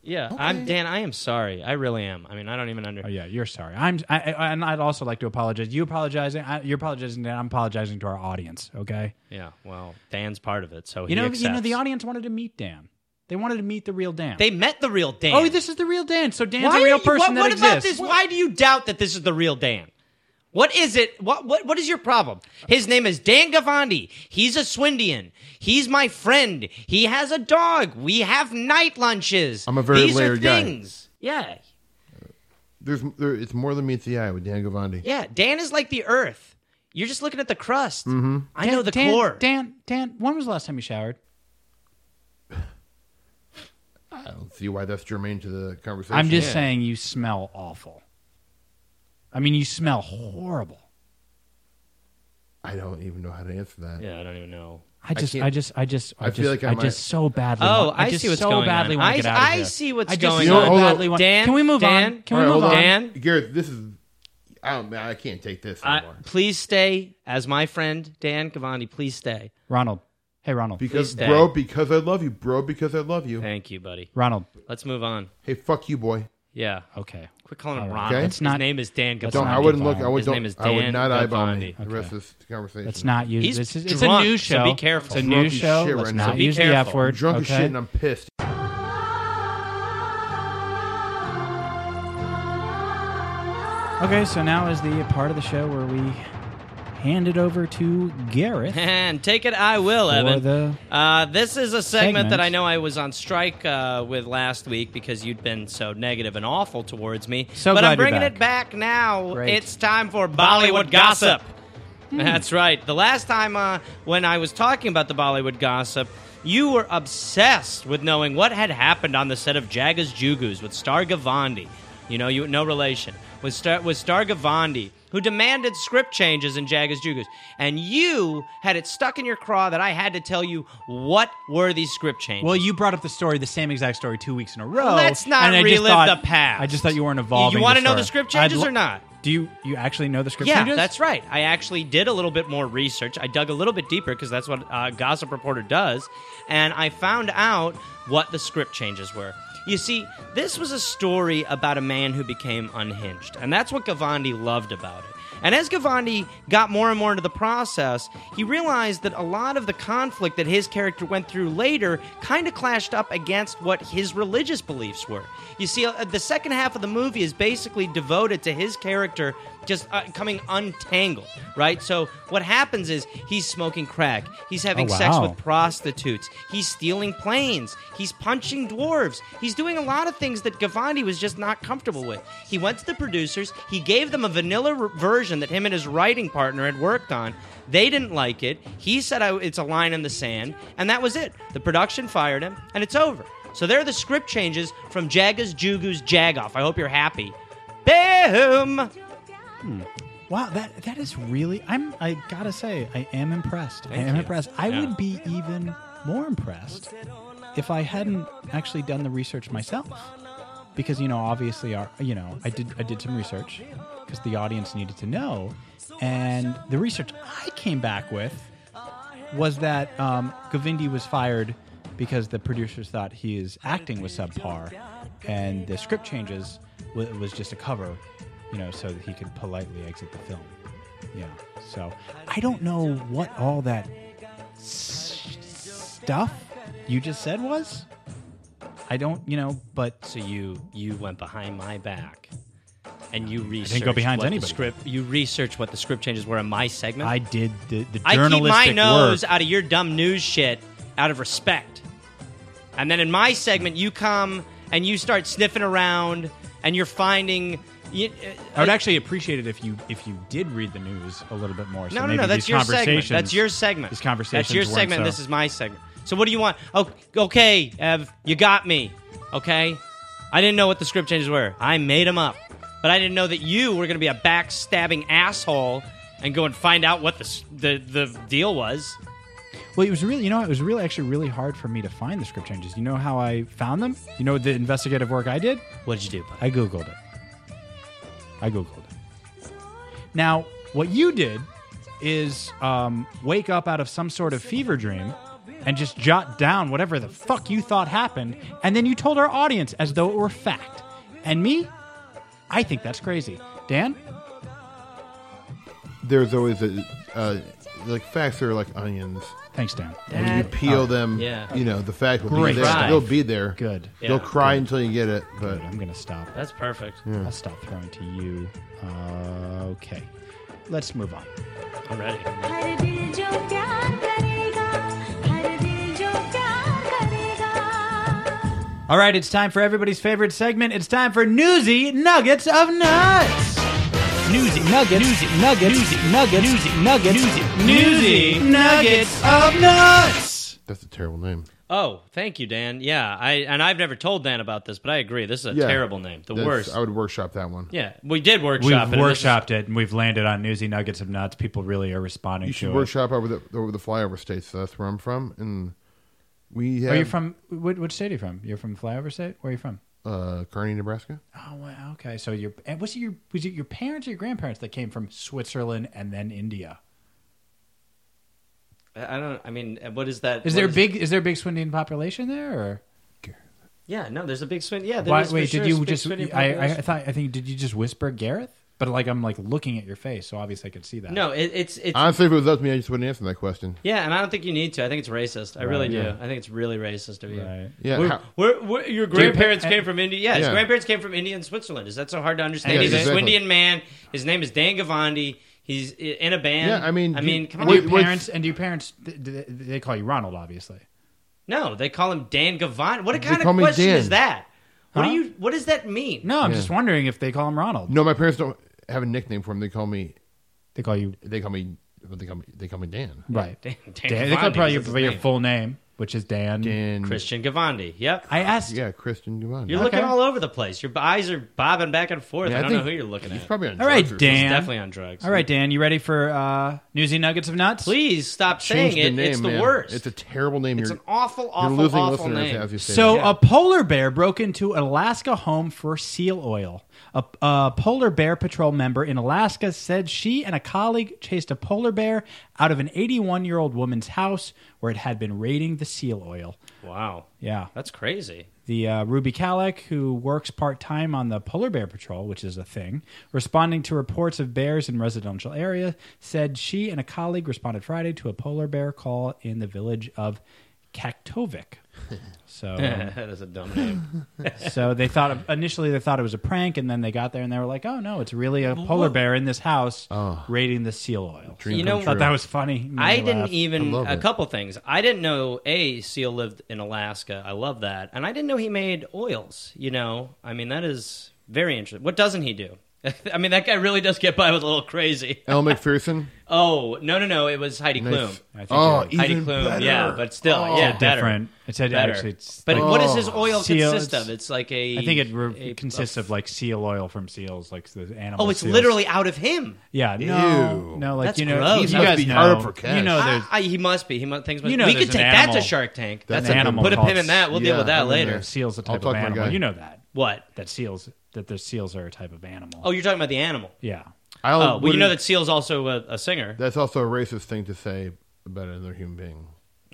B: Yeah, I'm Dan. I am sorry. I really am. I mean, I don't even under.
C: Oh yeah, you're sorry. I'm I, I, and I'd also like to apologize. You apologizing? I, you're apologizing. and I'm apologizing to our audience. Okay.
B: Yeah, well, Dan's part of it, so
C: You
B: he
C: know, you know,
B: accepts.
C: the audience wanted to meet Dan. They wanted to meet the real Dan.
B: They met the real Dan.
C: oh, this is the real Dan. So Dan's
B: Why
C: a
B: are
C: real
B: you-
C: person
B: What, what
C: that
B: about
C: exists.
B: this? Why do you doubt that this is the real Dan? What is it? What what what is your problem? His name is Dan Gavandi. He's a Swindian. He's my friend. He has a dog. We have night lunches.
D: I'm a very
B: These
D: layered
B: are
D: guy.
B: things. Yeah,
D: There's there, it's more than meets the eye with Dan Gavandi.
B: yeah. Dan is like the Earth. You're just looking at the crust.
D: Mm-hmm.
B: I know the
C: Dan,
B: core.
C: Dan, Dan, when was the last time you showered?
D: I don't see why that's germane to the conversation.
C: I'm just saying you smell awful. I mean, you smell horrible.
D: I don't even know how to answer that.
B: Yeah, I don't even know.
C: I just, I,
D: can't-
C: just, I just, I,
D: I
C: just,
D: feel like I
C: I
D: might-
C: just so badly.
B: Oh,
C: want, I,
B: I
C: just
B: see what's
C: so
B: going
C: badly
B: on.
C: Want
B: I-
C: to get out of
B: I
C: here.
B: see what's
C: I just
B: going
C: so
D: on. Hold on.
C: Badly want,
B: Dan,
C: can we move
B: Dan,
C: on? Can
D: All
C: we
D: right,
C: move
D: hold
C: on?
B: Dan?
D: Gareth, this is. I don't. man, I can't take this
B: I-
D: anymore.
B: please stay as my friend Dan Cavandi. Please stay.
C: Ronald, hey Ronald,
D: because
B: stay.
D: bro, because I love you, bro, because I love you.
B: Thank you, buddy.
C: Ronald.
B: Let's move on.
D: Hey, fuck you, boy.
B: Yeah.
C: Okay,
B: Quit calling him
C: All right.
B: Ronald.
D: Okay.
B: His
D: Let's
C: not-
B: name is Dan Gavandi.
D: Don't.
C: not
D: I wouldn't
C: Gavandi.
D: look. I would.
B: His
D: don't,
B: name is
D: I would
B: Dan
D: not eyeball me
B: Gavandi.
D: the rest of this conversation.
C: let's not use
B: He's
C: this. Is, it's
B: drunk,
C: a new
B: so
C: show.
B: be careful.
C: It's a
D: I'm
C: new
D: drunk as
C: show.
D: shit
C: Let's
D: right now.
C: not
D: Be
C: use the
B: careful.
C: F word.
D: I'm drunk
C: okay?
D: as shit and I'm pissed.
C: Okay, so now is the part of the show where we hand it over to Gareth.
B: And take it, I will, Evan.
C: the-
B: uh, this is a segment,
C: Segment.
B: that I know I was on strike uh, with last week because you'd been so negative and awful towards me.
C: So
B: but
C: glad
B: I'm
C: you're
B: bringing
C: back.
B: it back now.
C: Great.
B: It's time for Bollywood gossip. That's right. The last time uh, when I was talking about the Bollywood gossip, you were obsessed with knowing what had happened on the set of Jaga's Jugus with Star Gavandi. You know, you no relation with Star with Star Gavandi, who demanded script changes in Jaga's Jugus, and you had it stuck in your craw that I had to tell you what were these script changes.
C: Well, you brought up the story, the same exact story, two weeks in a row.
B: Let's not
C: and I just
B: relive
C: thought-
B: the past.
C: I just thought you weren't involved.
B: You
C: want
B: wanna
C: to
B: know the script changes or not?
C: Do you you actually know the script
B: yeah,
C: changes?
B: that's right. I actually did a little bit more research. I dug a little bit deeper because that's what uh, Gossip Reporter does, and I found out what the script changes were. You see, this was a story about a man who became unhinged, and that's what Gavandi loved about it. And as Gavandi got more and more into the process, he realized that a lot of the conflict that his character went through later kind of clashed up against what his religious beliefs were. You see, uh, the second half of the movie is basically devoted to his character just uh, coming untangled, right? So what happens is he's smoking crack, he's having
C: Oh,
B: sex
C: wow.
B: with prostitutes, he's stealing planes, he's punching dwarves, he's doing a lot of things that Gavandi was just not comfortable with. He went to the producers, he gave them a vanilla r- version that him and his writing partner had worked on. They didn't like it. He said "I- it's a line in the sand, and that was it. The production fired him, and it's over. So there are the script changes from Jaga's Jugu's Jagoff. I hope you're happy. Boom!
C: Wow, that that is really. I'm. I gotta say, I am impressed. I am
B: you.
C: impressed. I
B: Yeah.
C: would be even more impressed if I hadn't actually done the research myself. Because you know, obviously, our you know, I did I did some research because the audience needed to know, and the research I came back with was that um, Gavindi was fired because the producers thought his acting was subpar, and the script changes wa- was just a cover, you know, so that he could politely exit the film. Yeah. So I don't know what all that stuff you just said was. I don't, you know, but
B: So you you went behind my back, and you researched.
C: go behind
B: what the
C: anybody.
B: Script. You researched what the script changes were in my segment.
C: I did the, the
B: I keep
C: journalistic
B: my nose
C: work.
B: out of your dumb news shit out of respect. And then in my segment, you come and you start sniffing around, and you're finding. uh, You,
C: I would actually appreciate it if you if you did read the news a little bit more. So
B: no, no,
C: maybe
B: no. That's
C: these
B: your segment.
C: conversations,
B: That's your segment.
C: These conversations.
B: That's your
C: weren't
B: segment.
C: so-
B: This is my segment. So what do you want? Oh, okay, Ev, you got me. Okay, I didn't know what the script changes were. I made them up, but I didn't know that you were going to be a backstabbing asshole and go and find out what the s- the, the deal was.
C: Well, it was really, you know, it was really actually really hard for me to find the script changes. You know how I found them? You know the investigative work I did?
B: What did you do? bud?
C: I googled it. I googled it. Now, what you did is um, wake up out of some sort of fever dream and just jot down whatever the fuck you thought happened, and then you told our audience as though it were fact. And me, I think that's crazy. Dan,
D: There's always a uh, like facts are like onions.
C: thanks, Dan.
D: When you peel them,
B: yeah.
D: you know the fact will
C: Great.
D: be there.
B: Cry.
D: They'll be there.
C: Good.
D: You'll
B: Yeah.
D: cry until you get it. But
C: I'm gonna stop.
B: That's perfect.
C: I'll stop throwing to you. Uh, okay, let's move on.
B: I'm ready.
E: हर दिल जो प्यार करेगा हर दिल जो प्यार करेगा
C: All right, it's time for everybody's favorite segment. It's time for Newsy Nuggets of Nuts. Newsy Nuggets. Newsy Nuggets. Newsy Nuggets. Newsy Nuggets.
B: Newsy Nuggets
C: of Nuts.
D: that's a terrible name.
B: Oh, thank you, Dan. Yeah, I and I've never told Dan about this, but I agree. This is a
D: Yeah.
B: terrible name. The
D: That's-
B: worst.
D: I would workshop that one.
B: yeah, we did
C: We've
B: workshop. it, and this is-
C: workshopped it and we've landed on Newsy Nuggets of Nuts. People really are responding
D: You should
C: to
D: workshop over the over the flyover states. So that's where I'm from, and we
C: it.
D: have
C: Are you from? What, which state are you from? You're from Flyover State. Where are you from?
D: uh, Kearney, Nebraska.
C: Oh, wow. Okay. So your and was it your was it your parents or your grandparents that came from Switzerland and then India?
B: I I don't. I mean, what is that?
C: Is
B: what
C: there a
B: is-
C: big is there a big Swindian population there or?
B: Yeah, no, there's a big swing. Yeah, there
C: Why,
B: is for
C: wait,
B: sure
C: did
B: a
C: you
B: big
C: just?
B: swing in
C: I, I
B: population.
C: thought. I think. Did you just whisper Gareth? But like, I'm like looking at your face, so obviously I could see that.
B: no, it, it's it's
D: Honestly, if it was up to me, I just wouldn't answer that question.
B: yeah, and I don't think you need to. I think it's racist. I really do.
D: yeah.
B: I think it's really racist of you.
C: Right.
D: Yeah,
B: We're-
D: how-
B: we're- we're- your
C: you pick-
B: grandparents came from India. Yeah, his
D: Yeah.
B: grandparents came from India and Switzerland. Is that so hard to understand?
D: Yeah,
B: He's
D: exactly.
B: a Swindian man. His name is Dan Gavandi. He's i- in a band.
D: Yeah, I mean,
B: I
D: you-
B: mean, come
C: And
B: on.
D: Wait,
C: do your
D: what's-
C: parents and do your parents? th- th- They call you Ronald, obviously.
B: No, they call him Dan Gavandi. What kind
D: call
B: of
D: me
B: question
D: Dan.
B: is that? What
C: Huh?
B: do you? What does that mean?
C: No, I'm just wondering if they call him Ronald.
D: No, my parents don't have a nickname for him. They call me.
C: They call you
D: They call me. They call me. They call me Dan.
C: right.
B: Dan- Dan
C: they call
B: Gavandi
C: probably your,
B: is his
C: your
B: name.
C: full name, which is Dan.
D: Dan.
B: Christian Gavandi. Yep.
C: I asked.
D: Yeah, Christian Giovanni.
B: You're looking all over the place. Your eyes are bobbing back and forth. I, don't know who you're looking
D: He's
B: at.
D: probably on
C: All right,
D: drugs or
C: Dan.
B: He's definitely on drugs.
C: All right, Dan, you ready for uh, newsy nuggets of nuts?
B: Please stop saying
D: something. Change
B: it.
D: name,
B: it's the
D: man.
B: worst.
D: It's a terrible name.
B: It's
D: you're,
B: an awful,
D: you're
B: awful,
D: losing
B: awful
D: listeners
B: name.
D: as you say.
C: So
D: that.
C: a polar bear broke into Alaska home for seal oil. A, a polar bear patrol member in Alaska said she and a colleague chased a polar bear out of an 81 year old woman's house where it had been raiding the seal oil.
B: wow.
C: Yeah,
B: That's crazy.
C: the uh, Ruby Kalek, who works part time on the polar bear patrol, which is a thing, responding to reports of bears in residential area, said she and a colleague responded Friday to a polar bear call in the village of Kaktovik. So. um,
B: that is a dumb name.
C: so they thought initially they thought it was a prank, and then they got there and they were like, "Oh no, it's really a polar bear in this house raiding the seal oil."
D: Oh. Dream
B: You know-
D: come
C: I thought
D: true.
C: that was funny. Made me
B: I
C: laugh.
B: didn't even
D: love
B: a
D: it.
B: couple things. I didn't know a seal lived in Alaska. I love that, and I didn't know he made oils. You know, I mean that is very interesting. What doesn't he do? I mean, that guy really does get by with a little crazy.
D: Al McPherson.
B: Oh no, no, no! It was Heidi
D: Nice.
B: Klum.
C: think
D: Oh,
C: you're
D: even
B: Heidi Klum,
D: better.
B: yeah, but still, yeah,
C: Oh,
B: better.
C: Different. It said
B: Better.
C: actually, it's
B: but
C: like-
B: what does his oil
C: Seal,
B: consist
C: it's-
B: of? It's like a.
C: I think it re-
B: a-
C: consists of like seal oil from seals, like the animal.
B: Oh, it's
C: seals.
B: literally out of him.
C: yeah. No,
D: Ew.
C: no, like
B: That's
C: you know,
B: gross.
C: you
B: He
D: must
C: guys
D: be
C: know,
D: hard up for cash.
C: you know, there's
B: I, I- Ah, he must be. He must, things must.
C: You know
B: we
C: there's
B: could
C: an
B: take that
C: animal.
B: to Shark Tank.
D: That's
B: That's
C: an
B: a-
C: animal
B: Put a pin in
C: cost.
B: that. We'll deal with
D: Yeah,
B: that
D: I
B: later.
D: remember.
C: seals a
D: I'll
C: type of
D: talk to my
C: animal.
D: guy.
C: You know that
B: What?
C: that seals that the seals are a type of animal.
B: Oh, you're talking about the animal.
C: yeah.
D: I'll-
B: Oh, well,
D: what
B: you know
D: is-
B: that Seal's also a, a singer.
D: That's also a racist thing to say about another human being.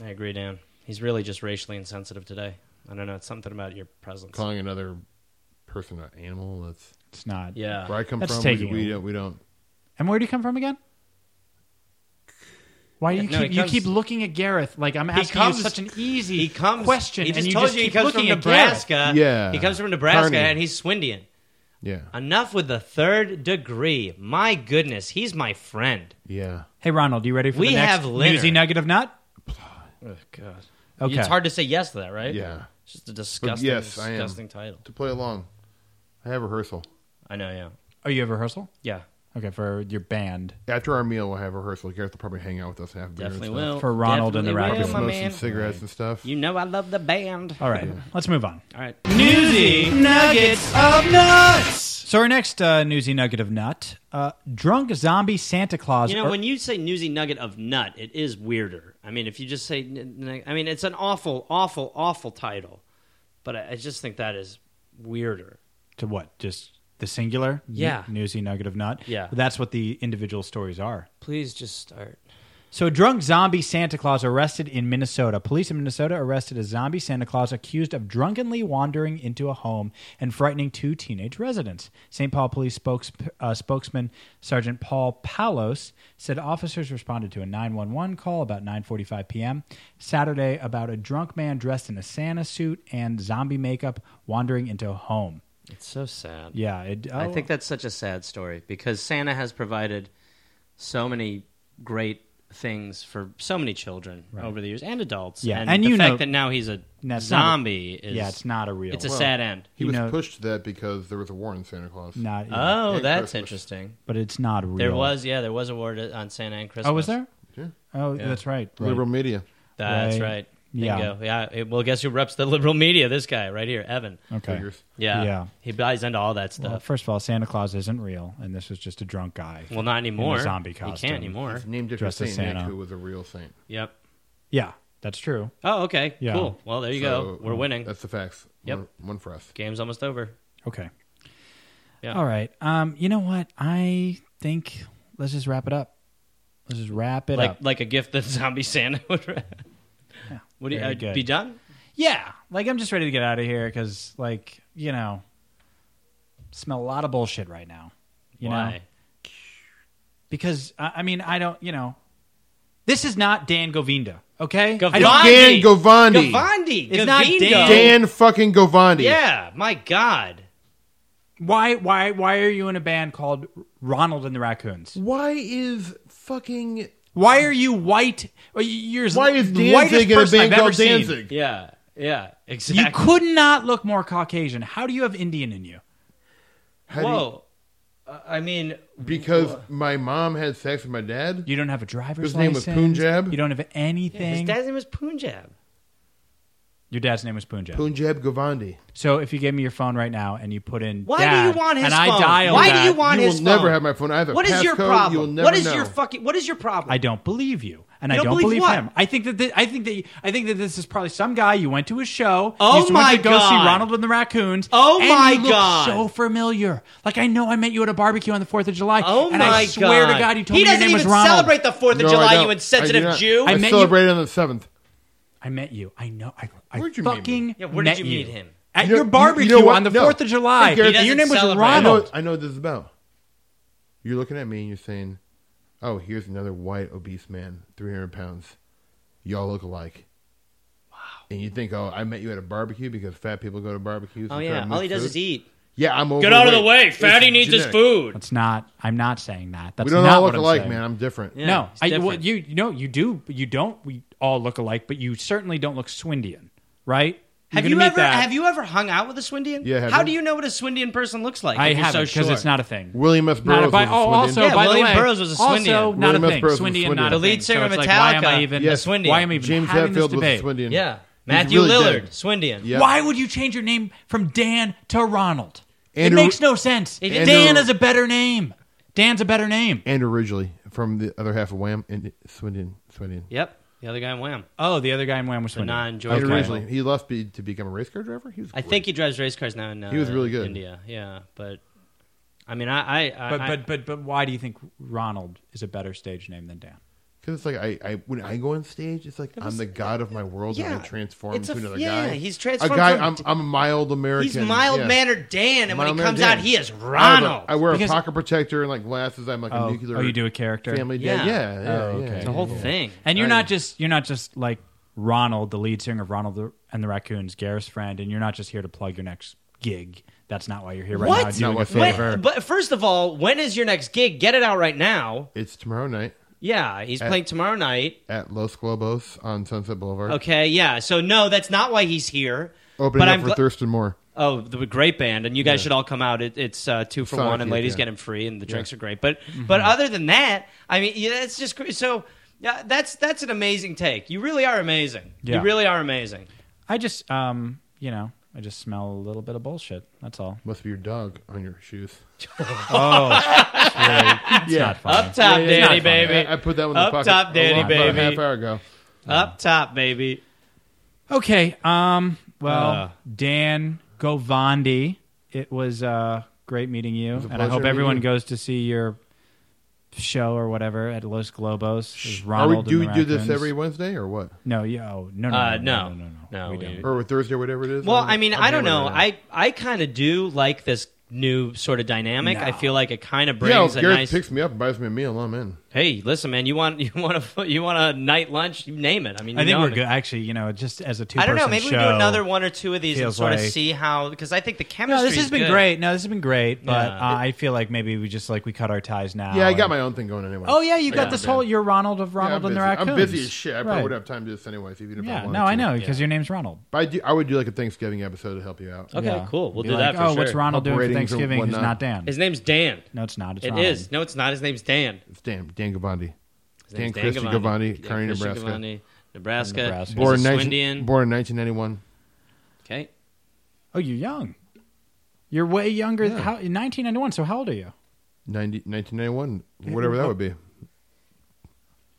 B: I agree, Dan. He's really just racially insensitive today. I don't know. It's something about your presence.
D: Calling another person an animal. That's
C: It's not.
B: Yeah.
D: where I come
C: That's
D: from.
C: taking
D: we,
C: it.
D: we don't. We don't.
C: And where do you come from again? Why do you
B: Uh, No,
C: keep
B: he
C: you
B: comes-
C: keep looking at Gareth like I'm asking
B: comes-
C: you such an easy
B: He comes.
C: question?
B: He just
C: and you
B: told
C: just
B: you he
C: keep
B: comes from
C: looking at Gareth.
B: Nebraska.
D: Yeah.
B: He comes from Nebraska
D: Kearney.
B: and he's Swindian.
D: Yeah.
B: Enough with the third degree. My goodness, he's my friend.
D: Yeah.
C: Hey Ronald, you ready for
B: We
C: the next
B: have Leonard.
C: newsy nugget of nut?
B: Oh God.
C: Okay.
B: It's hard to say yes to that, right?
D: Yeah.
B: It's just a disgusting,
D: yes, I am.
B: disgusting title.
D: To play along, I have rehearsal.
B: I know. Yeah.
C: Oh, you have rehearsal?
B: Yeah.
C: Okay, for your band.
D: After our meal, we'll have rehearsal. Gareth will probably hang out with us and have beer
B: Definitely
D: and stuff.
B: will.
C: For Ronald and the
B: Definitely
C: Rockets.
B: will, my
D: Smoke
B: man.
D: some cigarettes and stuff.
B: You know I love the band.
C: All right, let's move on.
B: All right.
C: Newsy nuggets of nuts. So our next uh, newsy nugget of nut: uh, drunk zombie Santa Claus.
B: You know,
C: or-
B: when you say newsy nugget of nut, it is weirder. I mean, if you just say, n- n- I mean, it's an awful, awful, awful title, but I, I just think that is weirder.
C: to what? Just the singular.
B: Yeah.
C: N- newsy nugget of nut.
B: Yeah.
C: That's what the individual stories are.
B: Please just start.
C: So, a drunk zombie Santa Claus arrested in Minnesota. Police in Minnesota arrested a zombie Santa Claus accused of drunkenly wandering into a home and frightening two teenage residents. St. Paul Police spokes, uh, spokesman Sergeant Paul Palos said officers responded to a 911 call about 9:45 p.m. Saturday about a drunk man dressed in a Santa suit and zombie makeup wandering into a home.
B: It's so sad.
C: Yeah, it, oh,
B: I think that's such a sad story because Santa has provided so many great things for so many children over the years and adults.
C: Yeah,
B: and,
C: and
B: the
C: you
B: fact
C: know-
B: that now he's a
C: No, it's not a-
B: zombie is
C: yeah, it's not a real.
B: it's a sad end.
D: he
C: you
D: was
C: know-
D: pushed to that because there was a war in Santa Claus.
C: not,
B: Oh,
D: And
B: that's
D: Christmas.
B: interesting.
C: but it's not real.
B: There was, yeah, there was a word on Santa and Christmas.
C: Oh, was there?
D: Yeah.
C: Oh, that's right. right.
D: Liberal media.
B: That's
C: Right.
B: right.
C: Yeah.
B: Bingo. Yeah. it- well, guess who reps the liberal media? This guy right here, Evan.
C: Okay.
D: Figures.
B: Yeah.
C: Yeah.
B: He buys into all that stuff.
C: Well,
B: Well,
C: first of all, Santa Claus isn't real, and this was just a drunk guy.
B: not anymore.
C: zombie
B: He
C: costume.
B: can't anymore.
D: Named after
C: Dressed as
D: Saint Nick,
C: Santa.
D: who was a real saint.
B: Yep.
C: Yeah, that's true.
B: Oh, okay.
C: Yeah.
B: Cool. Well, there you go.
D: So,
B: We're winning.
D: That's the facts.
B: Yep.
D: One, one for us.
B: Game's almost over.
C: Okay.
B: Yeah.
C: All right. Um, you know what? I think let's just wrap it up. Let's just wrap it
B: like
C: up.
B: like a gift that zombie Santa would. Wrap. Would you
C: very
B: uh,
C: good.
B: be done?
C: Yeah. Like I'm just ready to get out of here because, like, you know, smell a lot of bullshit right now. You know,
B: Why?
C: because I I mean, I don't. You know, this is not Dan Govinda. Okay.
B: Gov-
C: I don't-
D: Dan Govandi.
B: Gavandi.
C: It's not
B: Gavindo.
C: Dan.
D: Dan fucking Govandi.
B: Yeah. My God.
C: why? Why? Why are you in a band called Ronald and the Raccoons?
D: Why is fucking
C: Why are you white? Well, y- You're
D: why is
C: the whitest
D: Danzig in a
C: person I've
D: band
C: ever
D: called
C: seen.
D: Danzig?
B: Yeah. Yeah. Exactly.
C: You could not look more Caucasian. How do you have Indian in you?
D: How do you-
B: Whoa. Uh, I mean,
D: because my mom had sex with my dad.
C: You don't have a driver's
D: His name was
C: license.
D: Punjab?
C: You don't have
B: his
C: anything.
B: dad's name was Punjab.
C: Your dad's name was Punjab.
D: Punjab Govandi.
C: so if you gave me your phone right now and you put in
B: Why
C: dad,
B: do you want his
C: and
B: phone?
C: I dial
B: Why
C: that,
B: do you want
D: you will
B: his phone?
D: never have my phone. I have a
B: What is your
D: passcode. You
B: problem?
D: will never
B: what is
D: know.
B: your fucking? What is your problem?
C: I don't believe you, and I
B: don't
C: don't
B: believe
C: believe,
B: what?
C: him. I think that thi- I think that I think that this is probably some guy you went to his show. you
B: Oh
C: used to
B: my
C: went to Go see
B: God.
C: Ronald and the Raccoons.
B: Oh
C: and
B: my
C: you look
B: God.
C: So familiar. Like I know I met you at a barbecue on the Fourth of July.
B: Oh
C: and
B: my
C: I swear
B: God!
C: to God, you told
B: he
C: me your
B: doesn't
C: name was
B: even
C: Ronald.
B: celebrate the Fourth of
D: No, I
B: July.
D: don't.
B: You
D: I do
B: insensitive
D: not-
B: Jew.
D: I,
C: I met you-
D: celebrated on the seventh.
C: I met you. I know. I, I
D: Where'd you meet
C: fucking
B: Yeah, where
C: met
B: did you meet him?
C: At
D: You know-
C: your
D: you- you
C: barbecue
D: know what?
C: on the
D: No.
C: Fourth of July.
D: Hey, Gareth,
B: He
C: And your name was
B: doesn't
D: I know.
C: Ronald.
D: I know what this is about. You're looking at me and you're saying, "Oh, here's another white obese man, 300 pounds. Y'all look alike." Wow. And you think, "Oh, I met you at a barbecue because fat people go to barbecues."
B: Oh
D: and try to
B: yeah,
D: move
B: all he does
D: food.
B: is eat.
D: Yeah, I'm over.
B: Get out of the way. Fatty needs his food.
C: That's not. I'm not saying that. That's
D: We don't
C: not
D: all
C: what
D: look
C: I'm
D: alike,
C: saying.
D: man. I'm different.
B: Yeah,
C: no,
B: he's
C: I, well,
B: different.
C: you no, you do. but You don't. We all look alike, but you certainly don't look Swindian, right?
B: Have
C: can
B: you
C: meet
B: ever
C: that.
B: have you ever hung out with a Swindian?
D: Yeah, have
B: How
D: you?
B: do you know what a Swindian person looks like?
C: I
B: if you're
C: haven't
B: so
C: because
B: sure?
C: it's not a thing.
D: William S. Burroughs.
C: Not a, by,
D: was
C: oh,
D: a Swindian.
C: also
B: Yeah,
C: by
B: William
C: the way,
B: Burroughs was a
C: Also,
B: Swindian.
C: not
D: William
C: a
D: S.
C: thing.
D: Burroughs was a
C: Swindian, not a
D: Swindian.
B: The lead
C: thing.
B: singer
C: so
B: of
C: it's like, why am
B: Metallica,
C: I even?
B: a Swindian.
C: Why am I even
D: James
C: having
D: Hetfield
C: this
D: was a
C: debate?
D: Swindian.
B: Yeah,
D: He's
B: Matthew
D: really
B: Lillard,
D: dead.
B: Swindian.
D: Yeah.
C: Why would you change your name from Dan to Ronald?
D: Andrew-
C: it makes no sense.
B: It-
C: Dan
D: Andrew-
C: is a better name. Dan's a better name.
D: Andrew Ridgely from the other half of Wham and Swindon. Swindon.
B: Yep, the other guy in Wham,
C: Oh, the other guy in Wham was Swindian.
B: non-George.
D: Andrew
B: Michael.
D: Ridgely. He left be, to become a race car driver. He was.
B: I
D: great.
B: think he drives race cars now in uh,
D: He was really good.
B: India. Yeah, but I mean, I, I, I
C: But
B: I-
C: but but but why do you think Ronald is a better stage name than Dan?
D: Because it's like I, I when I go on stage, it's like I'm the god of my world, and
B: yeah,
D: I transform
B: it's a-
D: into another
B: yeah,
D: guy.
B: he's transformed
D: A guy.
B: from-
D: I'm, I'm a mild American.
B: he's mild
D: yeah.
B: mannered Dan, and when he
D: Mild-mannered
B: comes
D: Dan.
B: out, he is
D: I have a-
B: Ronald.
D: I wear
C: Because-
D: a pocket protector and like glasses. I'm like
C: Oh,
D: a nuclear.
C: oh, you do a character.
D: Family
B: Yeah.
D: dad. Yeah. yeah,
C: Oh,
D: yeah,
C: okay.
B: the whole thing.
C: And you're
D: I-
C: not just you're not just like Ronald, the lead singer of Ronald the- and the Raccoons, Gareth's friend, and you're not just here to plug your next gig. That's not why you're here right now.
B: What?
C: Doing
D: Not
C: a
D: what-
B: Wait,
C: favor.
B: but first of all, when is your next gig? Get it out right now.
D: It's tomorrow night
B: Yeah, he's
D: At-
B: playing tomorrow night.
D: at Los Globos on Sunset Boulevard.
B: Okay, yeah. So no, that's not why he's here.
D: Opening
B: but
D: up
B: I'm
D: for
B: gl-
D: Thurston Moore.
B: Oh, the great band, and you guys should all come out. It, it's uh, two for
D: Sonic
B: one, and
D: Youth,
B: ladies
D: yeah.
B: get 'em get them free, and the drinks are great. But but other than that, I mean, yeah, that's just cra- so. Yeah, that's that's an amazing take. You really are amazing.
C: Yeah.
B: You really are amazing.
C: I just um you know I just smell a little bit of bullshit. That's all.
D: Must be your dog on your shoes.
C: yeah. not funny.
B: Up top,
D: Yeah, Uh. yeah,
B: Danny,
D: yeah.
B: baby.
D: I, I put that one in
B: Up
D: the pocket
B: top,
D: a
B: Danny,
D: lot- about a
B: baby.
D: half hour ago.
B: Up top, baby.
C: Okay. Um. Well,
B: Uh.
C: Dan Govandi, it was uh, great meeting you,
D: a
C: and I
D: pleasure
C: hope
D: meeting
C: everyone
D: you.
C: goes to see your show or whatever at Los Globos. There's
D: Are we,
C: Ronald
D: do we
C: and the
D: do this
C: Raccoons.
D: every Wednesday or what?
C: No, yeah, oh, no, no, no,
B: Uh,
C: no,
B: no.
C: no, no,
B: No,
C: we
B: we-
C: don't.
D: Or Thursday or whatever it is?
B: Well, I mean,
D: I'm
B: I don't
D: doing
B: know.
D: it right
B: I I kind of do like this new sort of dynamic. I feel like it kind of
D: now. yeah, well,
B: brings a
D: Gareth
B: nice.
D: picks me up and buys me a meal. I'm in.
B: hey, listen, man, you want you want a you want a night lunch? You name it. I mean,
C: I
B: you
C: think
B: know
C: we're
B: me.
C: good. Actually, you know, just as a two.
B: I don't know. Maybe
C: show,
B: we do another one or two of these and
C: feels
B: sort
C: like-
B: of see how because I think the chemistry.
C: No, this has
B: is
C: been
B: good.
C: great. No, this has been great. But
B: Yeah.
C: uh, I feel like maybe we just like we cut our ties now.
D: Yeah, I got
C: and-
D: my own thing going anyway.
C: Oh yeah, you
D: I
C: got
D: it,
C: this
D: man.
C: whole. You're Ronald of
D: Yeah,
C: Ronald
D: I'm
C: and the
D: busy.
C: Raccoons.
D: I'm busy as shit. I
C: Right.
D: probably would have time to do this anyways. Even if I
C: Yeah,
D: wanted
C: no, I
D: to.
C: know because your name's Ronald.
D: But I, do, I would do like a Thanksgiving episode to help you out.
B: Okay,
C: Yeah.
B: cool. We'll
C: Be
B: do
C: like,
B: that. For
C: oh,
B: sure.
C: what's Ronald doing for
D: Operating or
C: Thanksgiving? He's
D: whatnot.
C: not Dan.
B: His name's Dan.
C: no, it's not. It's
B: It
C: Ronald.
B: is. No, it's not. His name's Dan.
D: It's Dan, Dan Gavandi.
B: His
D: Dan
B: name's
D: Christie Gavandi,
B: Christian
D: Kearney, Nebraska.
B: Gavandi, Nebraska.
C: Nebraska.
B: He's a
D: Born, 19,
B: Swindian.
D: born in 1991.
B: Okay.
C: Oh, you're young. You're way younger. How, 1991. So how old are you?
D: 90, 1991, whatever that would be.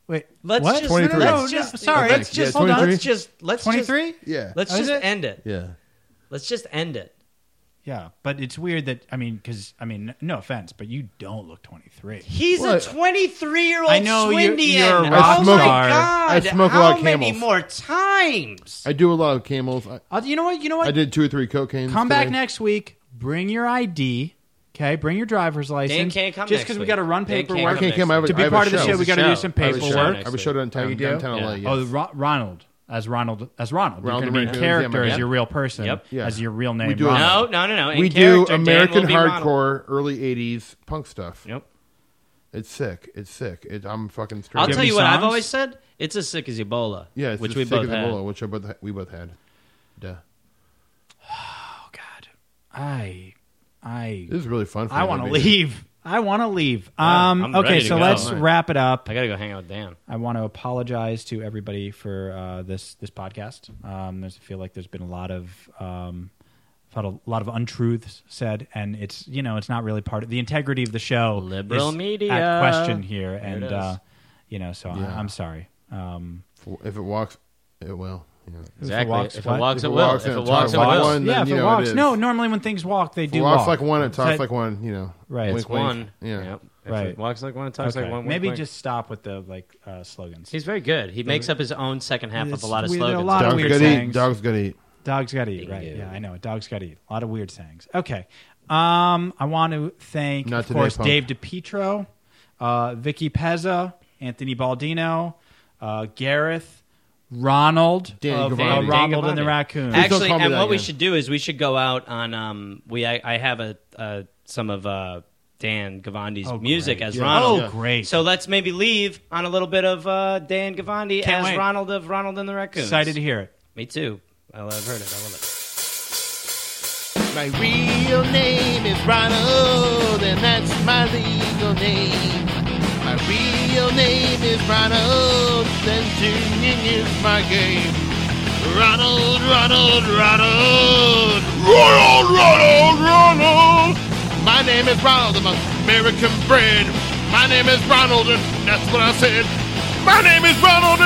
C: Wait,
B: Let's
C: what?
B: just
D: 23.
B: No, no,
D: No,
C: no,
B: just,
C: sorry.
B: Let's
D: Yeah,
B: just hold on.
D: 23?
B: Let's just let's just-
C: 23?
D: Yeah.
B: Let's
C: Oh, Is
B: just
C: it?
B: end it.
D: yeah.
B: Let's just end it.
C: Yeah, but it's weird that I mean, because I mean, no offense, but you don't look 23.
B: He's
D: What?
B: a 23 year old
C: I know you're-
B: Swindian.
C: you're a
B: oh
D: rock
B: my
D: star.
B: god!
D: I smoke a
B: How
D: lot of
B: many
D: camels.
B: more times?
D: I do a lot of camels. I,
C: Uh, you know what? You know what?
D: I did two or three cocaine.
C: come back next week. Bring your ID. Okay, bring your driver's license.
B: can't come
C: Just
B: next
C: we
B: week.
C: got to run
B: Dan can't
C: paperwork.
D: I
B: come
D: can't come. I have a-
C: to be
D: I have a
C: part of the show, we
B: There's a
C: got to do
B: show.
C: some
B: I have a show
C: paperwork.
B: next
D: I have a show downtown,
C: Oh, you do?
D: downtown LA.
C: Oh,
D: yes.
C: Ro- Ronald as Ronald as Ronald.
D: Ronald
C: You're going to be in
D: Reagan.
C: character
D: Yeah,
C: as
D: my-
C: your real person.
B: Yep.
D: Yeah.
C: As your real name.
D: We do it-
B: No,
C: Ronald.
B: no, no, no. In
D: we do
B: character, Dan
D: American
B: will be
D: hardcore,
B: Ronald.
D: early '80s punk stuff.
B: Yep.
D: It's sick. It's sick. It, I'm fucking straight.
B: I'll
C: you
B: tell
C: have
B: you
C: any
B: what I've
C: songs?
B: always said. It's as sick as Ebola.
D: yeah, it's
B: which
D: as
B: we
D: sick
B: both
D: as
B: had.
D: Ebola, which I both, we both had. Duh.
C: Oh God, I, I,
D: This is really fun. For
C: I
D: me,
C: want to
D: baby.
C: leave. I want to leave.
B: Wow,
C: um.
B: I'm
C: okay,
B: ready to
C: so
B: go.
C: let's
D: Alright.
C: wrap it up.
B: I gotta go hang out with Dan.
C: I want to apologize to everybody for uh, this this podcast. Um, there's, I feel like there's been a lot of um, I've had a lot of untruths said, and it's you know it's not really part of the integrity of the show.
B: Liberal
C: is
B: media.
C: at question here, and
B: it is.
C: uh, you know, so
D: Yeah.
C: I, I'm sorry. Um,
D: If- If it walks, it will. Yeah.
B: Exactly.
C: walks,
B: If it
C: what?
B: walks,
D: If
B: it
D: it
B: will.
D: walks,
B: If it
D: it's
B: walks, it
D: hard. Why
B: will.
D: one? then,
C: yeah, if
D: you
C: it
D: know, it
C: walks,
D: is.
C: no. Normally, when things walk, they
D: If it
C: do
D: walks
C: walk.
D: like one, it
C: So
D: talks
C: I-
D: like one. You know,
C: Right. It's
B: It's one.
D: Yeah.
B: Yep. If
C: Right.
B: it Walks like one. It talks
C: Okay.
B: like one. wink,
C: Maybe
B: wink.
C: just stop with the like uh, slogans.
B: He's very good. He makes up his own second half
C: It's
B: of a lot of
C: weird. There are a
B: slogans.
C: lot of
D: Dogs
C: weird
D: gotta
C: sayings.
D: eat. Dogs gotta eat.
C: Dogs got to eat, right?
B: Bingo.
C: Yeah, I know. Dogs got to eat. A lot of weird sayings. Okay. Um, I want to thank,
D: Not
C: of
D: today,
C: course,
D: punk.
C: Dave DePietro, uh, Vicky Pezza, Anthony Baldino, uh, Gareth, Ronald,
D: Dan
C: of, uh,
D: Gavandi. Dan
C: Ronald and the
B: Gavandi.
C: Raccoons.
D: Please don't
B: Actually,
D: call me
B: and
D: that
B: what we
D: again.
B: should do is we should go out on. Um, we I, I have a uh, some of uh, Dan Gavandi's
C: Oh,
B: music
C: great.
B: as
D: Yeah.
B: Ronald.
C: Oh, great.
B: So let's maybe leave on a little bit of uh, Dan Gavandi
C: Can't
B: as
C: wait.
B: Ronald of Ronald and the Raccoons.
C: Excited to hear it.
B: Me too. I love, I've heard it. I love it.
D: My real name is Ronald, and that's my legal name. My real name is Ronald, and singing is my game. Ronald, Ronald, Ronald, Ronald, Ronald, Ronald. My name is Ronald, I'm American bred. My name is Ronald, and that's what I said. My name is Ronald, and